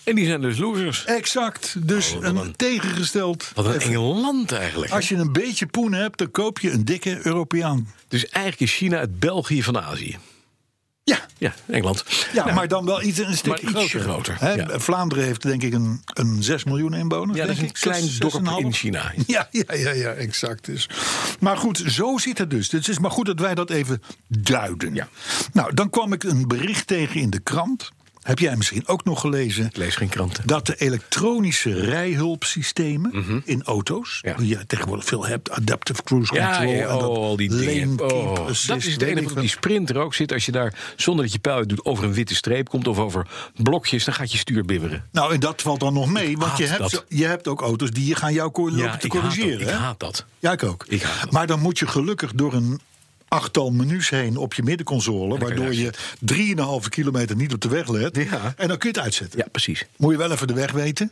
En die zijn dus losers.
exact. Dus een, tegengesteld.
Oh, Wat een
Even-
eng land eigenlijk. hè?
Als je een beetje poen hebt, dan koop je een dikke Europeaan.
Dus eigenlijk is China het België van Azië.
Ja.
Ja, Engeland. Nou,
Ja, maar dan wel iets, een stukje
ietsje
groter.
groter,
Hè,
ja.
Vlaanderen heeft denk ik een, een 6 miljoen inwoners.
Ja, dat
denk
is een
ik.
klein
Zes-
dorp
6,5.
in China.
Ja, ja, ja, ja, exact. Dus. Maar goed, zo zit het dus. Het is maar goed dat wij dat even duiden.
Ja.
Nou, dan kwam ik een bericht tegen in de krant. Heb jij misschien ook nog gelezen?
Ik lees geen kranten.
Dat de elektronische rijhulpsystemen in auto's,
Mhm. Ja.
die je tegenwoordig veel hebt, adaptive cruise
Ja,
control
ja,
en
oh,
dat
al die dingen.
lane keep
Oh,
assist,
dat is het
weet ik
enige wat op
veel.
die sprinter ook zit. Als je daar zonder dat je pijl uit doet over een witte streep komt of over blokjes, dan gaat je stuur bibberen.
Nou, en dat valt dan nog mee, want
haat
je hebt,
dat.
zo- je hebt ook auto's die je gaan jou ko- lopen te
ik haat, dat,
corrigeren.
ik
hè?
haat dat.
Ja, ik ook.
Ik haat dat.
maar dan moet je gelukkig door een achttal menus heen op je middenconsole,
kan je
waardoor je 3,5 kilometer niet op de weg let.
Ja.
En dan kun je het uitzetten.
Ja, precies.
Moet je wel even de weg weten.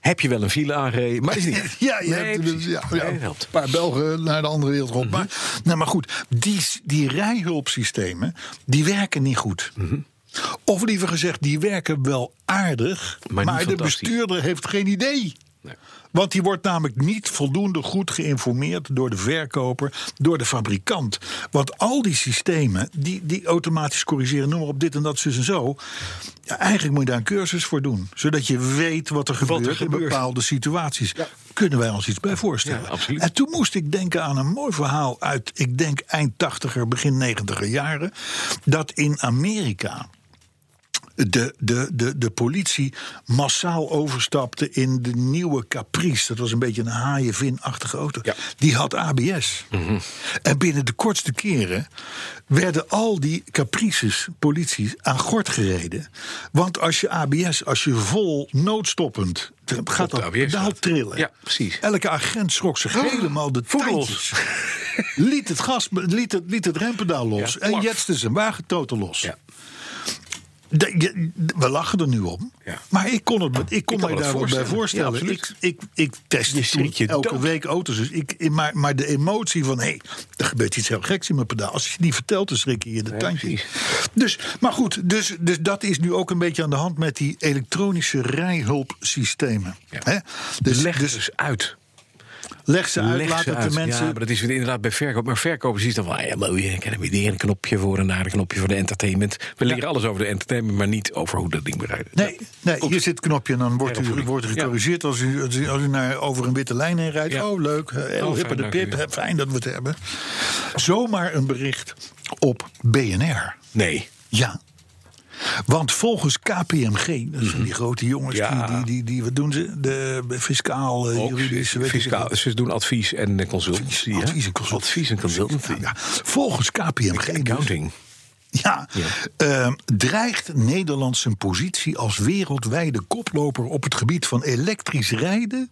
Heb je wel een file aangereden? Maar is niet.
Ja, je
Nee,
hebt
precies.
ja, ja,
Nee, het
een
helpt. Mhm.
paar Belgen naar de andere wereld rond. maar, nou, maar goed, die, die rijhulpsystemen, die werken niet goed.
Mhm.
Of liever gezegd, die werken wel aardig, maar,
niet
de
fantastisch.
bestuurder heeft geen idee.
Nee.
Want die wordt namelijk niet voldoende goed geïnformeerd door de verkoper, door de fabrikant. Want al die systemen, die, die automatisch corrigeren, noem maar op dit en dat, zus en zo. Ja, eigenlijk moet je daar een cursus voor doen. Zodat je weet wat er gebeurt, in
gebeurt.
bepaalde situaties. Kunnen wij ons iets bij voorstellen?
Ja, absoluut.
En toen moest ik denken aan een mooi verhaal uit, ik denk, eind 80er, begin 90er jaren. Dat in Amerika de, de, de, de politie massaal overstapte in de nieuwe Caprice. Dat was een beetje een haaienvin-achtige auto. Die had ABS.
Mhm.
En binnen de kortste keren werden al die Caprices, polities, aan gort gereden. Want als je ABS, als je vol noodstoppend... dan gaat
de
dat
ABS
pedaal
staat.
trillen.
Ja, precies. Ah,
Elke agent schrok zich helemaal de
voetbal
tandjes. liet het gas, liet het, liet het rempedaal los.
Ja,
en
plak.
jetste zijn wagen totaal los.
Ja.
De- je- de- we lachen er nu om.
Ja.
Maar ik kon, het, me- ik kon
kan
mij
me dat
daar wel bij
voorstellen.
voorstellen.
Ja,
ik, ik, ik test
Je
toen
schrik je
elke
dood.
week auto's. Dus ik, maar, maar de emotie van, hé, hey, er gebeurt iets heel geks in mijn pedaal. Als je die vertelt, dan schrik je je de tandjes. Dus, maar goed, dus, dus dat is nu ook een beetje aan de hand... met die elektronische rijhulpsystemen.
Ja.
Hè? Dus,
Leg
dus
dus uit.
leg ze uit,
Leg
laat
ze
het
uit.
de mensen...
Ja, maar dat is weer inderdaad bij verkoop. Maar verkopers zien dan van, ah ja, mooi, ik heb weer een knopje voor en daar een knopje voor de entertainment. We leren alles over de entertainment, maar niet over hoe dat ding bereikt.
Nee, nee hier zit het knopje en dan wordt u,
Heropvoeding.
wordt u gecorrigeerd als, u, als, u, als u naar, over een witte lijn heen rijdt.
Ja.
Oh, leuk. eh, Heel
Oh,
hipper de
fijn, dank u,
pip.
ja.
eh, Fijn dat we het hebben. Zomaar een bericht op BNR.
Nee.
Ja. Want volgens KPMG, dat zijn die grote jongens,
Mhm. Ja.
die, die, die, die- wat doen ze? De fiscaal, eh,
Ook
juridische, weet ik
fiscaal.
wat.
Ze doen advies en eh, consultancy. hè?
Advies en consultancy.
Advies en consultancy.
Ja, nou, volgens KPMG dus,
Accounting.
ja,
Ja.
ehm, dreigt Nederland zijn positie als wereldwijde koploper op het gebied van elektrisch rijden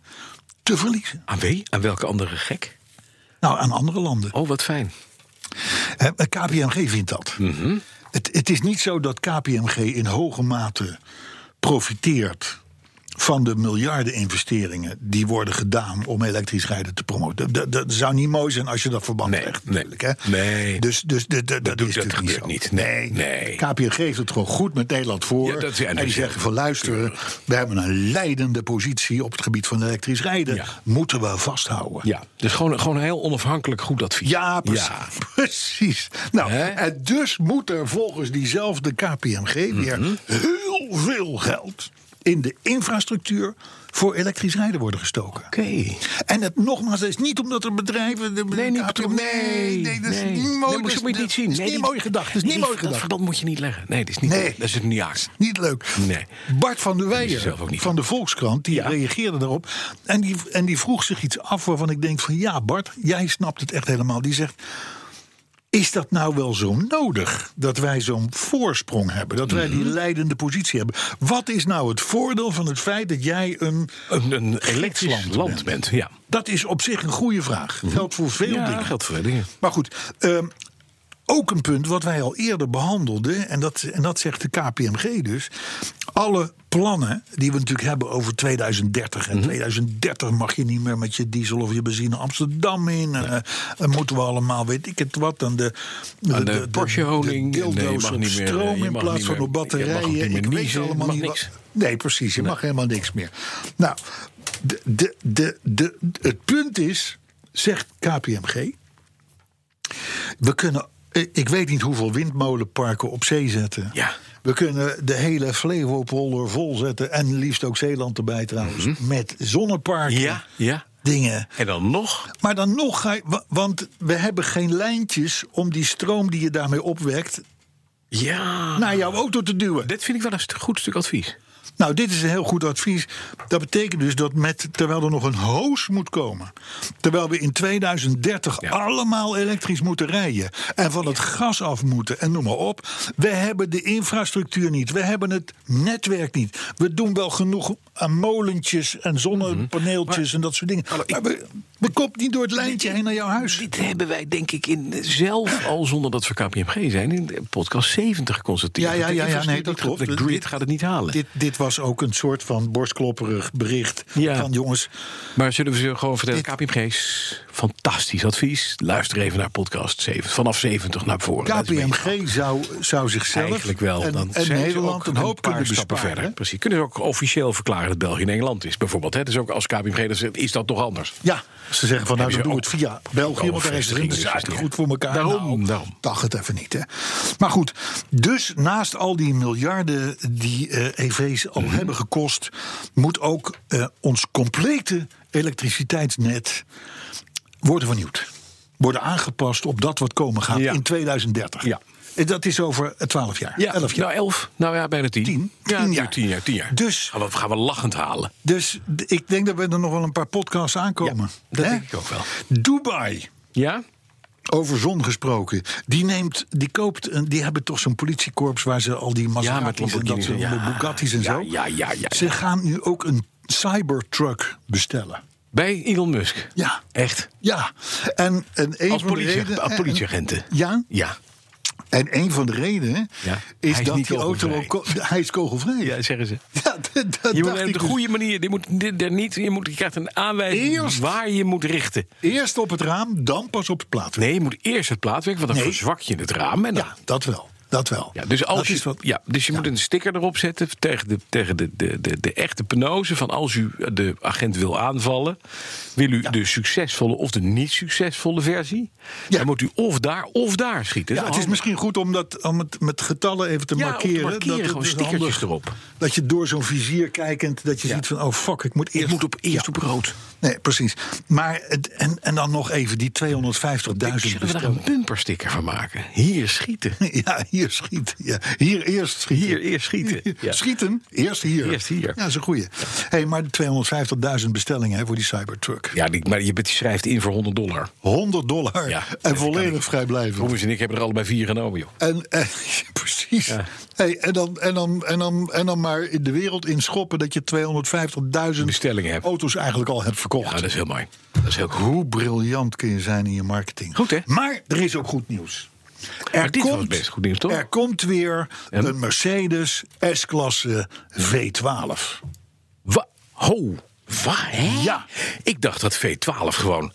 te verliezen.
Aan wie? Aan welke andere gek?
Nou, aan andere landen.
Oh, wat fijn.
Hè, eh, maar KPMG vindt dat.
Mhm.
Het, het is niet zo dat KPMG in hoge mate profiteert van de miljarden investeringen die worden gedaan om elektrisch rijden te promoten. Dat, dat zou niet mooi zijn als je dat verband
Nee,
legt,
nee,
natuurlijk. hè.
nee.
Dus, dus dat- dat, dat,
doet-
is
dat
natuurlijk
gebeurt
niet.
niet.
zo.
Nee, nee.
KPMG heeft het gewoon goed met Nederland voor.
Ja, dat- ja,
en
dat
die
is-
zeggen van luister, we hebben een leidende positie op het gebied van elektrisch rijden.
Ja.
Moeten we vasthouden.
Ja. Dus gewoon, gewoon een heel onafhankelijk goed advies.
Ja, precies.
Ja.
precies. Nou,
Hè?
en dus moet er volgens diezelfde KPMG
Mhm.
weer heel veel geld in de infrastructuur voor elektrisch rijden worden gestoken.
Oké.
En het nogmaals, dat is niet omdat er bedrijven. De,
Nee, niet
KPMG
bedoeld.
nee, nee, dat is
nee.
niet
Nee,
mooi.
maar
dat is-
zo moet je het niet zien.
Dat is
Nee,
niet
die-
mooi gedacht. Dat is niet
die-
mooi
Dat
gedacht.
verband moet je niet leggen. Nee, dat is niet.
Nee.
Dat is het niet aan.
Niet leuk.
Nee.
Bart van der Weijer
zelf ook niet.
van de Volkskrant, die
Ja.
reageerde daarop. En die, en die vroeg zich iets af waarvan ik denk van... ja, Bart, jij snapt het echt helemaal. Die zegt, is dat nou wel zo nodig? Dat wij zo'n voorsprong hebben. Dat wij
Mhm.
die leidende positie hebben. Wat is nou het voordeel van het feit dat jij een...
Een, een elektrisch
Gidsland
land,
bent.
bent. Ja.
Dat is op zich een goede vraag. Geldt voor veel
Mhm. ja,
dingen.
geldt voor dingen.
Maar goed, ehm, ook een punt wat wij al eerder behandelden, en dat, en dat zegt de KPMG dus. Alle plannen die we natuurlijk hebben over 2030.
Mhm.
En 2030 mag je niet meer met je diesel of je benzine Amsterdam in. En, eh, en moeten we allemaal, weet ik het wat, aan de,
Aan de Porsche-honing.
De,
Nee, je
dildo's
mag
op
niet meer,
stroom
eh, je
in
mag
plaats
niet
van
meer-
op
je mag ook niet
batterijen.
meer
Ik weet
niezen,
allemaal
mag
niet
niks.
wat- Nee, precies. Je mag helemaal niks meer. Nou, de, de, de, de, het punt is, zegt KPMG. We kunnen, eh, ik weet niet hoeveel windmolenparken op zee zetten.
Ja.
We kunnen de hele Flevopolder volzetten. En liefst ook Zeeland erbij trouwens. Met zonneparken.
Mhm. Ja, ja.
Dingen.
En dan nog?
Maar dan nog ga je. wa- Want we hebben geen lijntjes om die stroom die je daarmee opwekt.
Ja.
naar jouw auto te duwen.
Dit vind ik wel een st- goed stuk advies.
Nou, dit is een heel goed advies. Dat betekent dus dat met, terwijl er nog een hoos moet komen. Terwijl we in 2030
Ja.
allemaal elektrisch moeten rijden. En van het gas af moeten en noem maar op. We hebben de infrastructuur niet. We hebben het netwerk niet. We doen wel genoeg aan molentjes en zonnepaneeltjes
Mhm.
en dat soort dingen. Maar, we, we kopen niet door het lijntje heen naar jouw huis.
Dit hebben wij denk ik in, zelf al, zonder dat we KPMG zijn, in de podcast 70 geconstateerd.
Ja, ja,
de
ja, ja,
infrastructuur
nee, dat
niet gaat-
klopt.
De
Dit-
grid gaat het niet halen.
Dit, dit was ook een soort van borstklopperig bericht.
Ja.
Van jongens,
maar zullen we ze gewoon vertellen, KPMG's fantastisch advies. Luister even naar podcast 70, vanaf 70 naar voren. Dat is een beetje-
KPMG zou, zou zichzelf
Eigenlijk wel.
en,
dan
en
zijn ze
Nederland
ook
een hoop
paar
kunnen
stappen
besparen.
verder. Precies. Kunnen ze ook officieel verklaren dat België en Engeland is, bijvoorbeeld. Hè? Dus ook als KPMG dat zegt, is dat toch anders?
Ja, ze zeggen van nou,
Hebben
dan
ze
doen we
ook-
het via
ook
België,
al
want daar is het
vestigingen,
inderdaad
dus, ja.
goed voor elkaar.
Daarom,
Nou,
daarom.
Dacht het even niet, hè. Maar goed, dus naast al die miljarden die eh, EV's al
Mhm.
hebben gekost... moet ook eh, ons complete elektriciteitsnet worden vernieuwd. Worden aangepast op dat wat komen gaat
Ja.
in 2030.
Ja.
En Dat is over eh, 12 jaar, 11 jaar.
nou elf. Nou ja, bijna tien.
Tien?
Ja,
Tien
tien
jaar.
jaar. Tien jaar, tien jaar.
Dus-
gaan we, gaan we lachend halen.
Dus d- ik denk dat we er nog wel een paar podcasts aankomen.
Ja, dat
Hè?
denk ik ook wel.
Dubai,
Ja?
over zon gesproken. Die neemt, die koopt, een, die hebben toch zo'n politiekorps waar ze al die Maseratis en dat
Lamborghinis
soort
en- ja.
Bugattis en
Ja,
zo.
ja, ja, ja,
Ze
ja.
gaan nu ook een cybertruck bestellen.
Bij Elon Musk.
Ja.
Echt?
Ja, en, en een
Als
van de
politie,
redenen-
als politieagenten.
Ja,
Ja.
en een van de redenen
Ja.
is,
Hij is
dat
niet
die auto
kogelvrij.
ook ko- hij is kogelvrij.
Ja, zeggen ze.
Ja, dat, dat
Je moet
dacht
op
ik
de
dus.
goede manier. Je, moet, dit, dit niet, je, moet, je krijgt een aanwijzing
Eerst-
waar je moet richten.
Eerst op het raam, dan pas op het plaat.
Nee, je moet eerst het plaatwerk, want dan
Nee.
verzwak je het raam. En dan,
Ja, dat wel. Dat wel.
Ja, dus
Dat
als
is
je,
wat-
ja, dus je moet een sticker erop zetten tegen, de, tegen de, de, de, de echte penose van als u de agent wil aanvallen, wil u de succesvolle of de niet succesvolle versie,
Ja.
dan moet u of daar of daar schieten. Dus
Ja, het is misschien goed om, dat, om het met getallen even te
Ja, om te
markeren.
markeren,
het
gewoon
dus
stickertjes erop.
Dat je door zo'n vizier kijkend, dat je ziet van, oh fuck, ik moet eerst...
Ik moet op, eerst op rood.
Nee, precies. Maar, het, en, en dan nog even die 250.000
Zullen we daar
bestellingen.
een bumpersticker van maken? Hier schieten.
Ja, hier hier schieten. Ja. Hier eerst schieten.
Hier eerst schieten,
Hier-
ja.
Schieten, eerst hier.
Eerst hier.
Ja, dat is een goeie. Hey, maar 250.000 bestellingen hè, voor die Cybertruck.
Ja, die, maar je bet- schrijft in voor 100 dollar.
100 dollar
Ja,
en
dat kan
volledig
niet.
vrijblijvend.
Roemers en ik hebben er allebei vier genomen, joh.
En, en- ja, precies. Hey, en, dan, en, dan, en, dan, en dan maar in de wereld inschoppen dat je 250.000
Bestellingen hebt.
auto's eigenlijk al hebt verkocht.
Ja, dat is heel mooi. Dat is heel cool.
Hoe briljant kun je zijn in je marketing.
Goed, hè?
Maar er is ook goed nieuws. Er
dit was best goed nieuws, toch?
Er komt weer een Mercedes S-klasse V12.
Wa Ho, wa, hè?
Ja.
Ik dacht dat V12 gewoon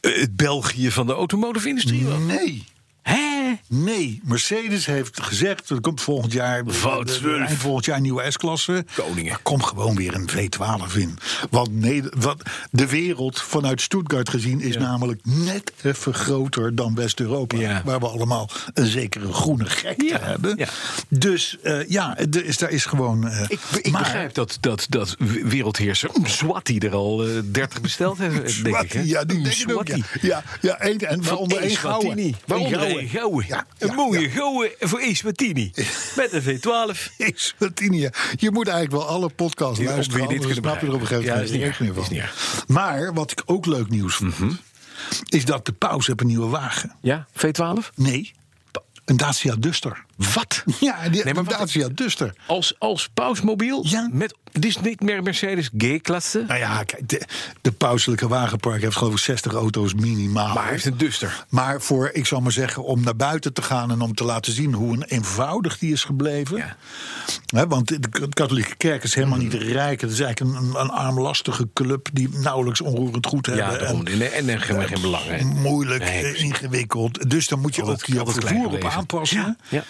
eh, het België van de automotive-industrie was.
Nee.
Hè?
Nee, Mercedes heeft gezegd, er komt volgend jaar,
Wat,
eh,
zwölf?
eind volgend jaar een nieuwe S-klasse.
Koningen.
Er komt gewoon weer een V12 in. Want nee, wat, de wereld vanuit Stuttgart gezien is namelijk net even groter dan West-Europa.
Ja.
Waar we allemaal een zekere groene gekte
Ja,
hebben.
ja.
Dus eh, ja, er is, daar is gewoon... eh,
Ik, ik
maar-
begrijp dat, dat, dat wereldheerser Swati er al eh, 30 besteld heeft, denk ik. Hè?
Swati, ja, die denk ik ook, ja.
Swati.
Ja, ja één, en waaronder
Voor
één
Swatini.
gouden.
Waaronder één gouden.
Ja, ja,
een mooie gouden voor één Swatini. Met een V12.
Jezus, Martini, ja. Je moet eigenlijk wel alle podcasts
Die- op
luisteren.
wie je dit
anders
kunnen
snap je er op een gegeven moment
begrijpen. Ja, is
echt
niet
meer van.
erg, Mhm.
Maar wat ik ook leuk nieuws vond... is dat de paus heeft een nieuwe wagen.
Ja, V12?
Nee, een Dacia Duster.
Wat?
Ja, die,
Nee, maar
een
wat-
Dacia Duster.
Als, als pausmobiel?
Ja.
Met, dit is niet meer Mercedes G-klasse.
Nou ja, kijk, de, de pauselijke wagenpark heeft geloof ik 60 auto's minimaal.
Maar hij heeft een duster.
Maar voor, ik zal maar zeggen, om naar buiten te gaan en om te laten zien hoe een eenvoudig die is gebleven.
Ja. Mm-hmm.
Hè, want de k- katholieke kerk is helemaal niet rijk. Het is eigenlijk een, een armlastige club die nauwelijks onroerend goed
Ja,
hebben.
daarom.
en
En, en, en geen, geen belang. hè.
moeilijk,
Nee,
eh,
precies.
ingewikkeld. Dus dan moet je
Al dat-
ook je
al dat
vervoer
kleine
op
leven.
aanpassen.
Ja.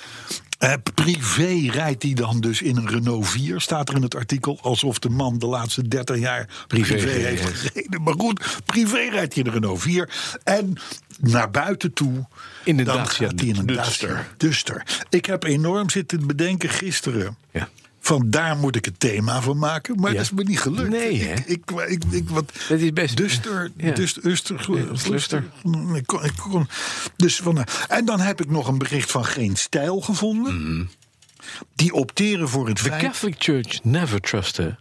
Eh, privé rijdt hij dan dus in een Renault 4, staat er in het artikel. Alsof de man de laatste 30 jaar privé,
gereden
heeft
heeft.
gereden. Maar goed, privé rijdt hij in een Renault 4. En naar buiten toe,
In de
dan
Dacia
gaat hij in een
Duster.
Dacia Duster. Ik heb enorm zitten bedenken gisteren.
Ja.
Van daar moet ik het thema van maken. Maar
Ja.
dat is me niet gelukt.
Nee, hè?
ik, ik, ik, ik, wat,
Dat is best-
Duster,
ja.
dus Uster,
Cluster.
Ik kon, ik kon, dus van, eh, en dan heb ik nog een bericht van Geen Stijl gevonden.
Mhm.
Die opteren voor het
The
feit...
Catholic Church never trusted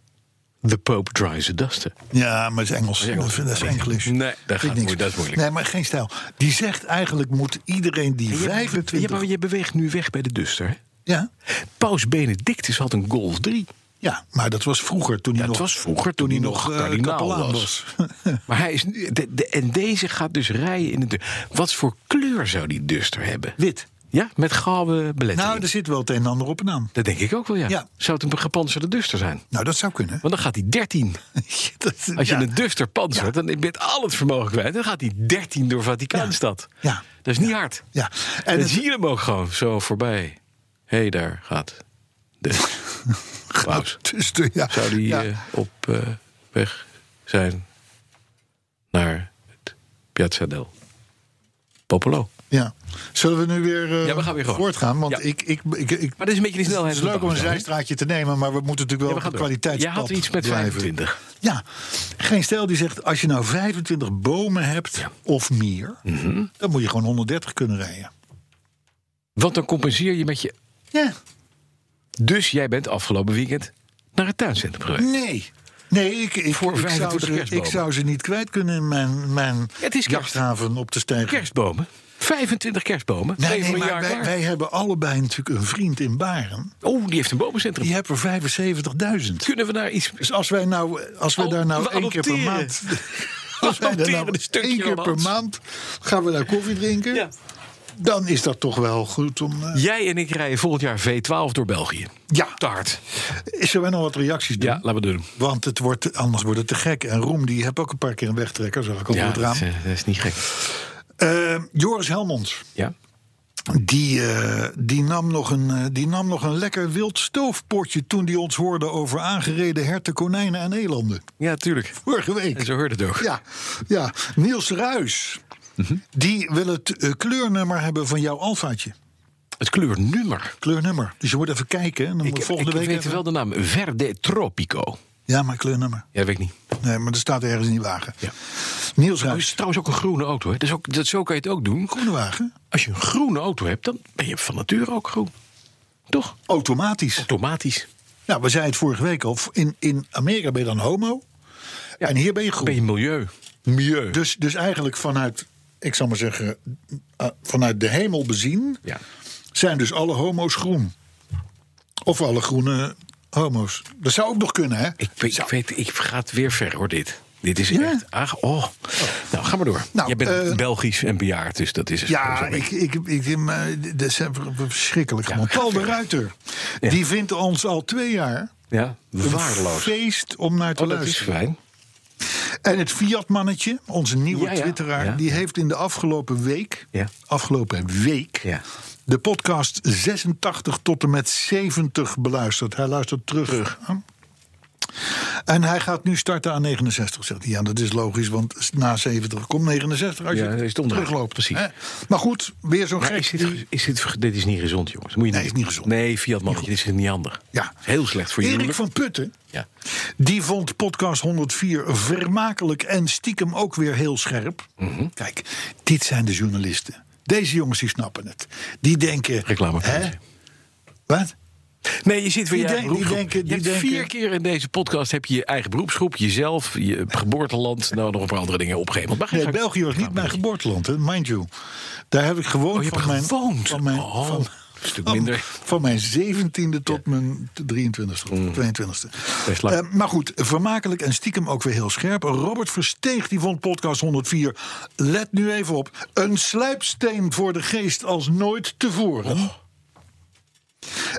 the Pope dries the duster.
Ja, maar het is Engels.
is Engels.
Dat is Engels.
Oh, Nee,
Vind
dat gaat
niks.
moeilijk, dat is moeilijk.
Nee, maar Geen Stijl. Die zegt eigenlijk moet iedereen die
Ja,
25...
maar je beweegt nu weg bij de duster. hè?
Ja,
Paus Benedictus had een Golf 3.
ja, maar dat was vroeger. Toen hij
dat
nog,
was vroeger toen hij nog
eh,
kardinaal
kapelaan
was. Maar hij is nu, de, de- en deze gaat dus rijden in de duster. Wat voor kleur zou die duster hebben?
Wit.
Ja, met gouden belettering.
Nou, er zit wel het een en ander op en aan.
dat denk ik ook wel, ja.
Ja.
Zou het een gepantserde duster zijn?
Nou, dat zou kunnen.
Want dan gaat hij 13.
Dat-
Als je
ja.
een duster panzert, dan ben je met al het vermogen kwijt. Dan gaat hij 13 door Vaticaanstad.
Ja. Ja.
Dat is niet hard.
Ja.
En
En
dan
het,
zie je hem ook gewoon zo voorbij. Hé, hey, daar gaat de paus.
dus, de- ja.
Zou die
ja.
eh, op eh, weg zijn naar het Piazza del Popolo?
Ja. Zullen we nu weer, eh,
Ja, we gaan weer gewoon.
voortgaan? Want
Ja.
ik, ik, ik, ik,
Maar dit is een beetje de snelheid.
het is leuk om een zijstraatje te nemen, maar we moeten natuurlijk wel op de kwaliteit.
Jij had iets met 25.
Ja, geen stijl die zegt: als je nou 25 bomen hebt of meer,
Mhm.
dan moet je gewoon 130 kunnen rijden.
Want dan compenseer je met je...
Ja,
Dus jij bent afgelopen weekend naar het tuincentrum geweest.
nee. Nee, ik, ik,
Voor
ik, zou
25
ze, ik
kerstbomen.
zou ze niet kwijt kunnen in mijn, mijn
Het is kerst.
jachthaven op de stijger.
Kerstbomen. 25 kerstbomen.
Nee,
Twee
nee,
voor een
maar
jaar
wij,
klaar.
wij hebben allebei natuurlijk een vriend in Baren.
Oh, die heeft een bomencentrum.
Die hebben er 75.000.
Kunnen we daar iets...
Dus als wij, nou, als wij
Al-
daar nou
we
één keer per
adopteren.
maand. Als wij daar
adopteren
nou
een stukje
één keer per
Hollands.
maand gaan we daar koffie drinken.
Ja.
Dan is dat toch wel goed om. eh,
Jij en ik rijden volgend jaar V12 door België.
ja, Eh,
Te hard.
zullen wij nog wat reacties doen?
Ja, laten we doen.
Want het wordt, anders wordt het te gek. En Roem, die heb ook een paar keer een wegtrekker, zag ik al door
Ja,
het
dat
raam.
is, eh, dat is niet gek.
Eh, Joris Helmonds,
Ja?
die, eh, die, nam nog een, eh, die nam nog een lekker wild stoofpotje toen die ons hoorde over aangereden herten, konijnen en elanden.
Ja, tuurlijk.
Vorige week.
En zo hoorde het ook. Mhm.
Ja, ja. Niels Ruis. Die wil het eh, kleurnummer hebben van jouw alfaatje.
Het kleurnummer.
Kleurnummer. Dus je moet even kijken. En dan moet
Ik,
je volgende
ik
week
weet
even-
wel de naam. Verde Tropico.
Ja, maar kleurnummer.
Ja, dat weet ik niet.
Nee, maar dat staat ergens in die wagen.
Ja.
Niels
Het is
Ruijs,
trouwens ook een groene auto. Hè? Dat is ook, dat, zo kan je het ook doen.
groene wagen.
Als je een groene auto hebt, dan ben je van nature ook groen. Toch?
Automatisch.
Automatisch.
Nou, we zeiden het vorige week al. In, in Amerika ben je dan homo. En hier ben je groen.
Ben je milieu. Milieu.
Dus, dus eigenlijk vanuit, ik zal maar zeggen, eh, vanuit de hemel bezien...
Ja.
zijn dus alle homo's groen. Of alle groene homo's. Dat zou ook nog kunnen, hè?
Ik, weet- ik weet, ik ga het weer ver hoor, dit. Dit is
Ja?
echt... Ach, oh. Nou, ga maar door.
Nou,
Jij bent
eh,
Belgisch en bejaard, dus dat is...
Ja,
zo-
ik, ik, ik, ik, maar dat zijn verschrikkelijk gewoon. Paul de Ruiter, die vindt ons al twee jaar...
ja
een
waardeloos.
feest om naar te
Oh, dat is
luisteren.
fijn.
En het Fiat-mannetje, onze nieuwe
Ja, ja,
twitteraar...
ja.
die heeft in de afgelopen week...
Ja.
afgelopen week...
Ja.
de podcast 86 tot en met 70 beluisterd. Hij luistert terug. En hij gaat nu starten aan 69, zegt hij. Ja, dat is logisch, want na 70 komt 69 als
Ja,
je
dat is het omdraaien.
terugloopt.
Precies.
hè. Maar goed, weer zo'n
Maar
gek.
is dit,
die-
ge- is dit, dit is niet gezond, jongens. Moet je
Nee,
niet
is niet gezond.
Nee, Fiat mannetje, dit is niet handig.
Ja.
Is Heel slecht voor je
Erik
huwelijk.
van Putten,
Ja.
die vond podcast 104 vermakelijk en stiekem ook weer heel scherp.
Mhm.
Kijk, dit zijn de journalisten. Deze jongens die snappen het. Die denken... hè?
Reclamepauze.
Wat?
Nee, je zit weer
Die
je
denk-
eigen
die
beroepsgroep.
denken-
je
die
hebt
denken-
vier keer in deze podcast heb je je eigen beroepsgroep, jezelf, je geboorteland, nou nog een paar andere dingen opgehemeld. Maar ga je
Nee,
gang.
België was niet mijn geboorteland, hè, mind you. Daar heb ik gewoond,
Oh, je hebt
van, mijn,
gewoond.
van mijn...
Oh,
van,
een stuk
van-
minder.
Van mijn 17e tot mijn 23e, 22e.
Best lang.
Eh, maar goed, vermakelijk en stiekem ook weer heel scherp. Robert Versteeg die vond podcast 104. Let nu even op. Een slijpsteen voor de geest als nooit tevoren.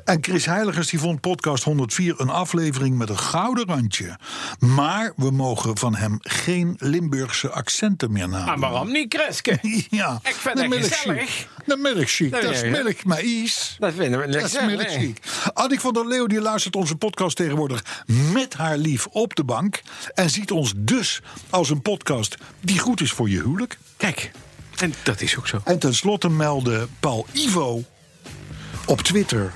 En Chris Heiligers die vond podcast 104 een aflevering met een gouden randje. Maar we mogen van hem geen Limburgse accenten meer namen.
waarom niet, Kreske?
Ja,
Ah, Ik vind
de
dat
melk
gezellig.
chic. De melk chic. Dat is
ja.
melk maïs.
Dat vinden we
Dat is melk chic. Annick van der Leeuw die luistert onze podcast tegenwoordig met haar lief op de bank. En ziet ons dus als een podcast die goed is voor je huwelijk.
Kijk, en dat is ook zo.
En tenslotte meldde Paul Ivo op Twitter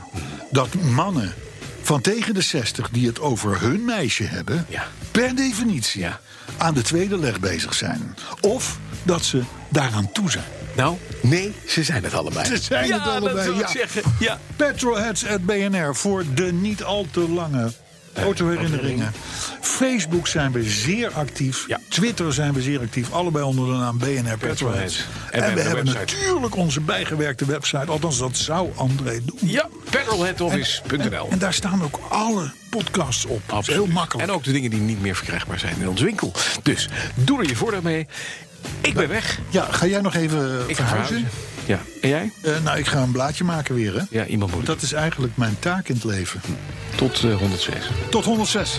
dat mannen van tegen de 60 die het over hun meisje hebben,
Ja.
per definitie
Ja.
aan de tweede leg bezig zijn. Of dat ze daaraan toe zijn.
Nou, nee, ze zijn het allebei.
Ze zijn
ja,
het allebei,
dat zou ik
ja.
zeggen. Ja.
Petrolheads at BNR voor de niet al te lange
Eh,
autoherinneringen. Facebook zijn we zeer actief.
Ja.
Twitter zijn we zeer actief. Allebei onder de naam BNR Petrolheads.
En we
En, we
hebben een
hebben
website.
natuurlijk onze bijgewerkte website. Althans, dat zou André doen.
Ja, petrolheadoffice.nl.
En daar staan ook alle podcasts op. Dat is heel makkelijk.
En ook de dingen die niet meer verkrijgbaar zijn in onze winkel. Dus doe er je voordeel mee. Ik
Nou.
ben weg.
Ja, ga jij nog even
Ik ga
verhuizen?
verhuizen. Ja. En jij?
Eh, nou, ik ga een blaadje maken weer. Hè?
Ja, iemand moet.
Dat is eigenlijk mijn taak in het leven.
Tot eh, 106.
Tot 106.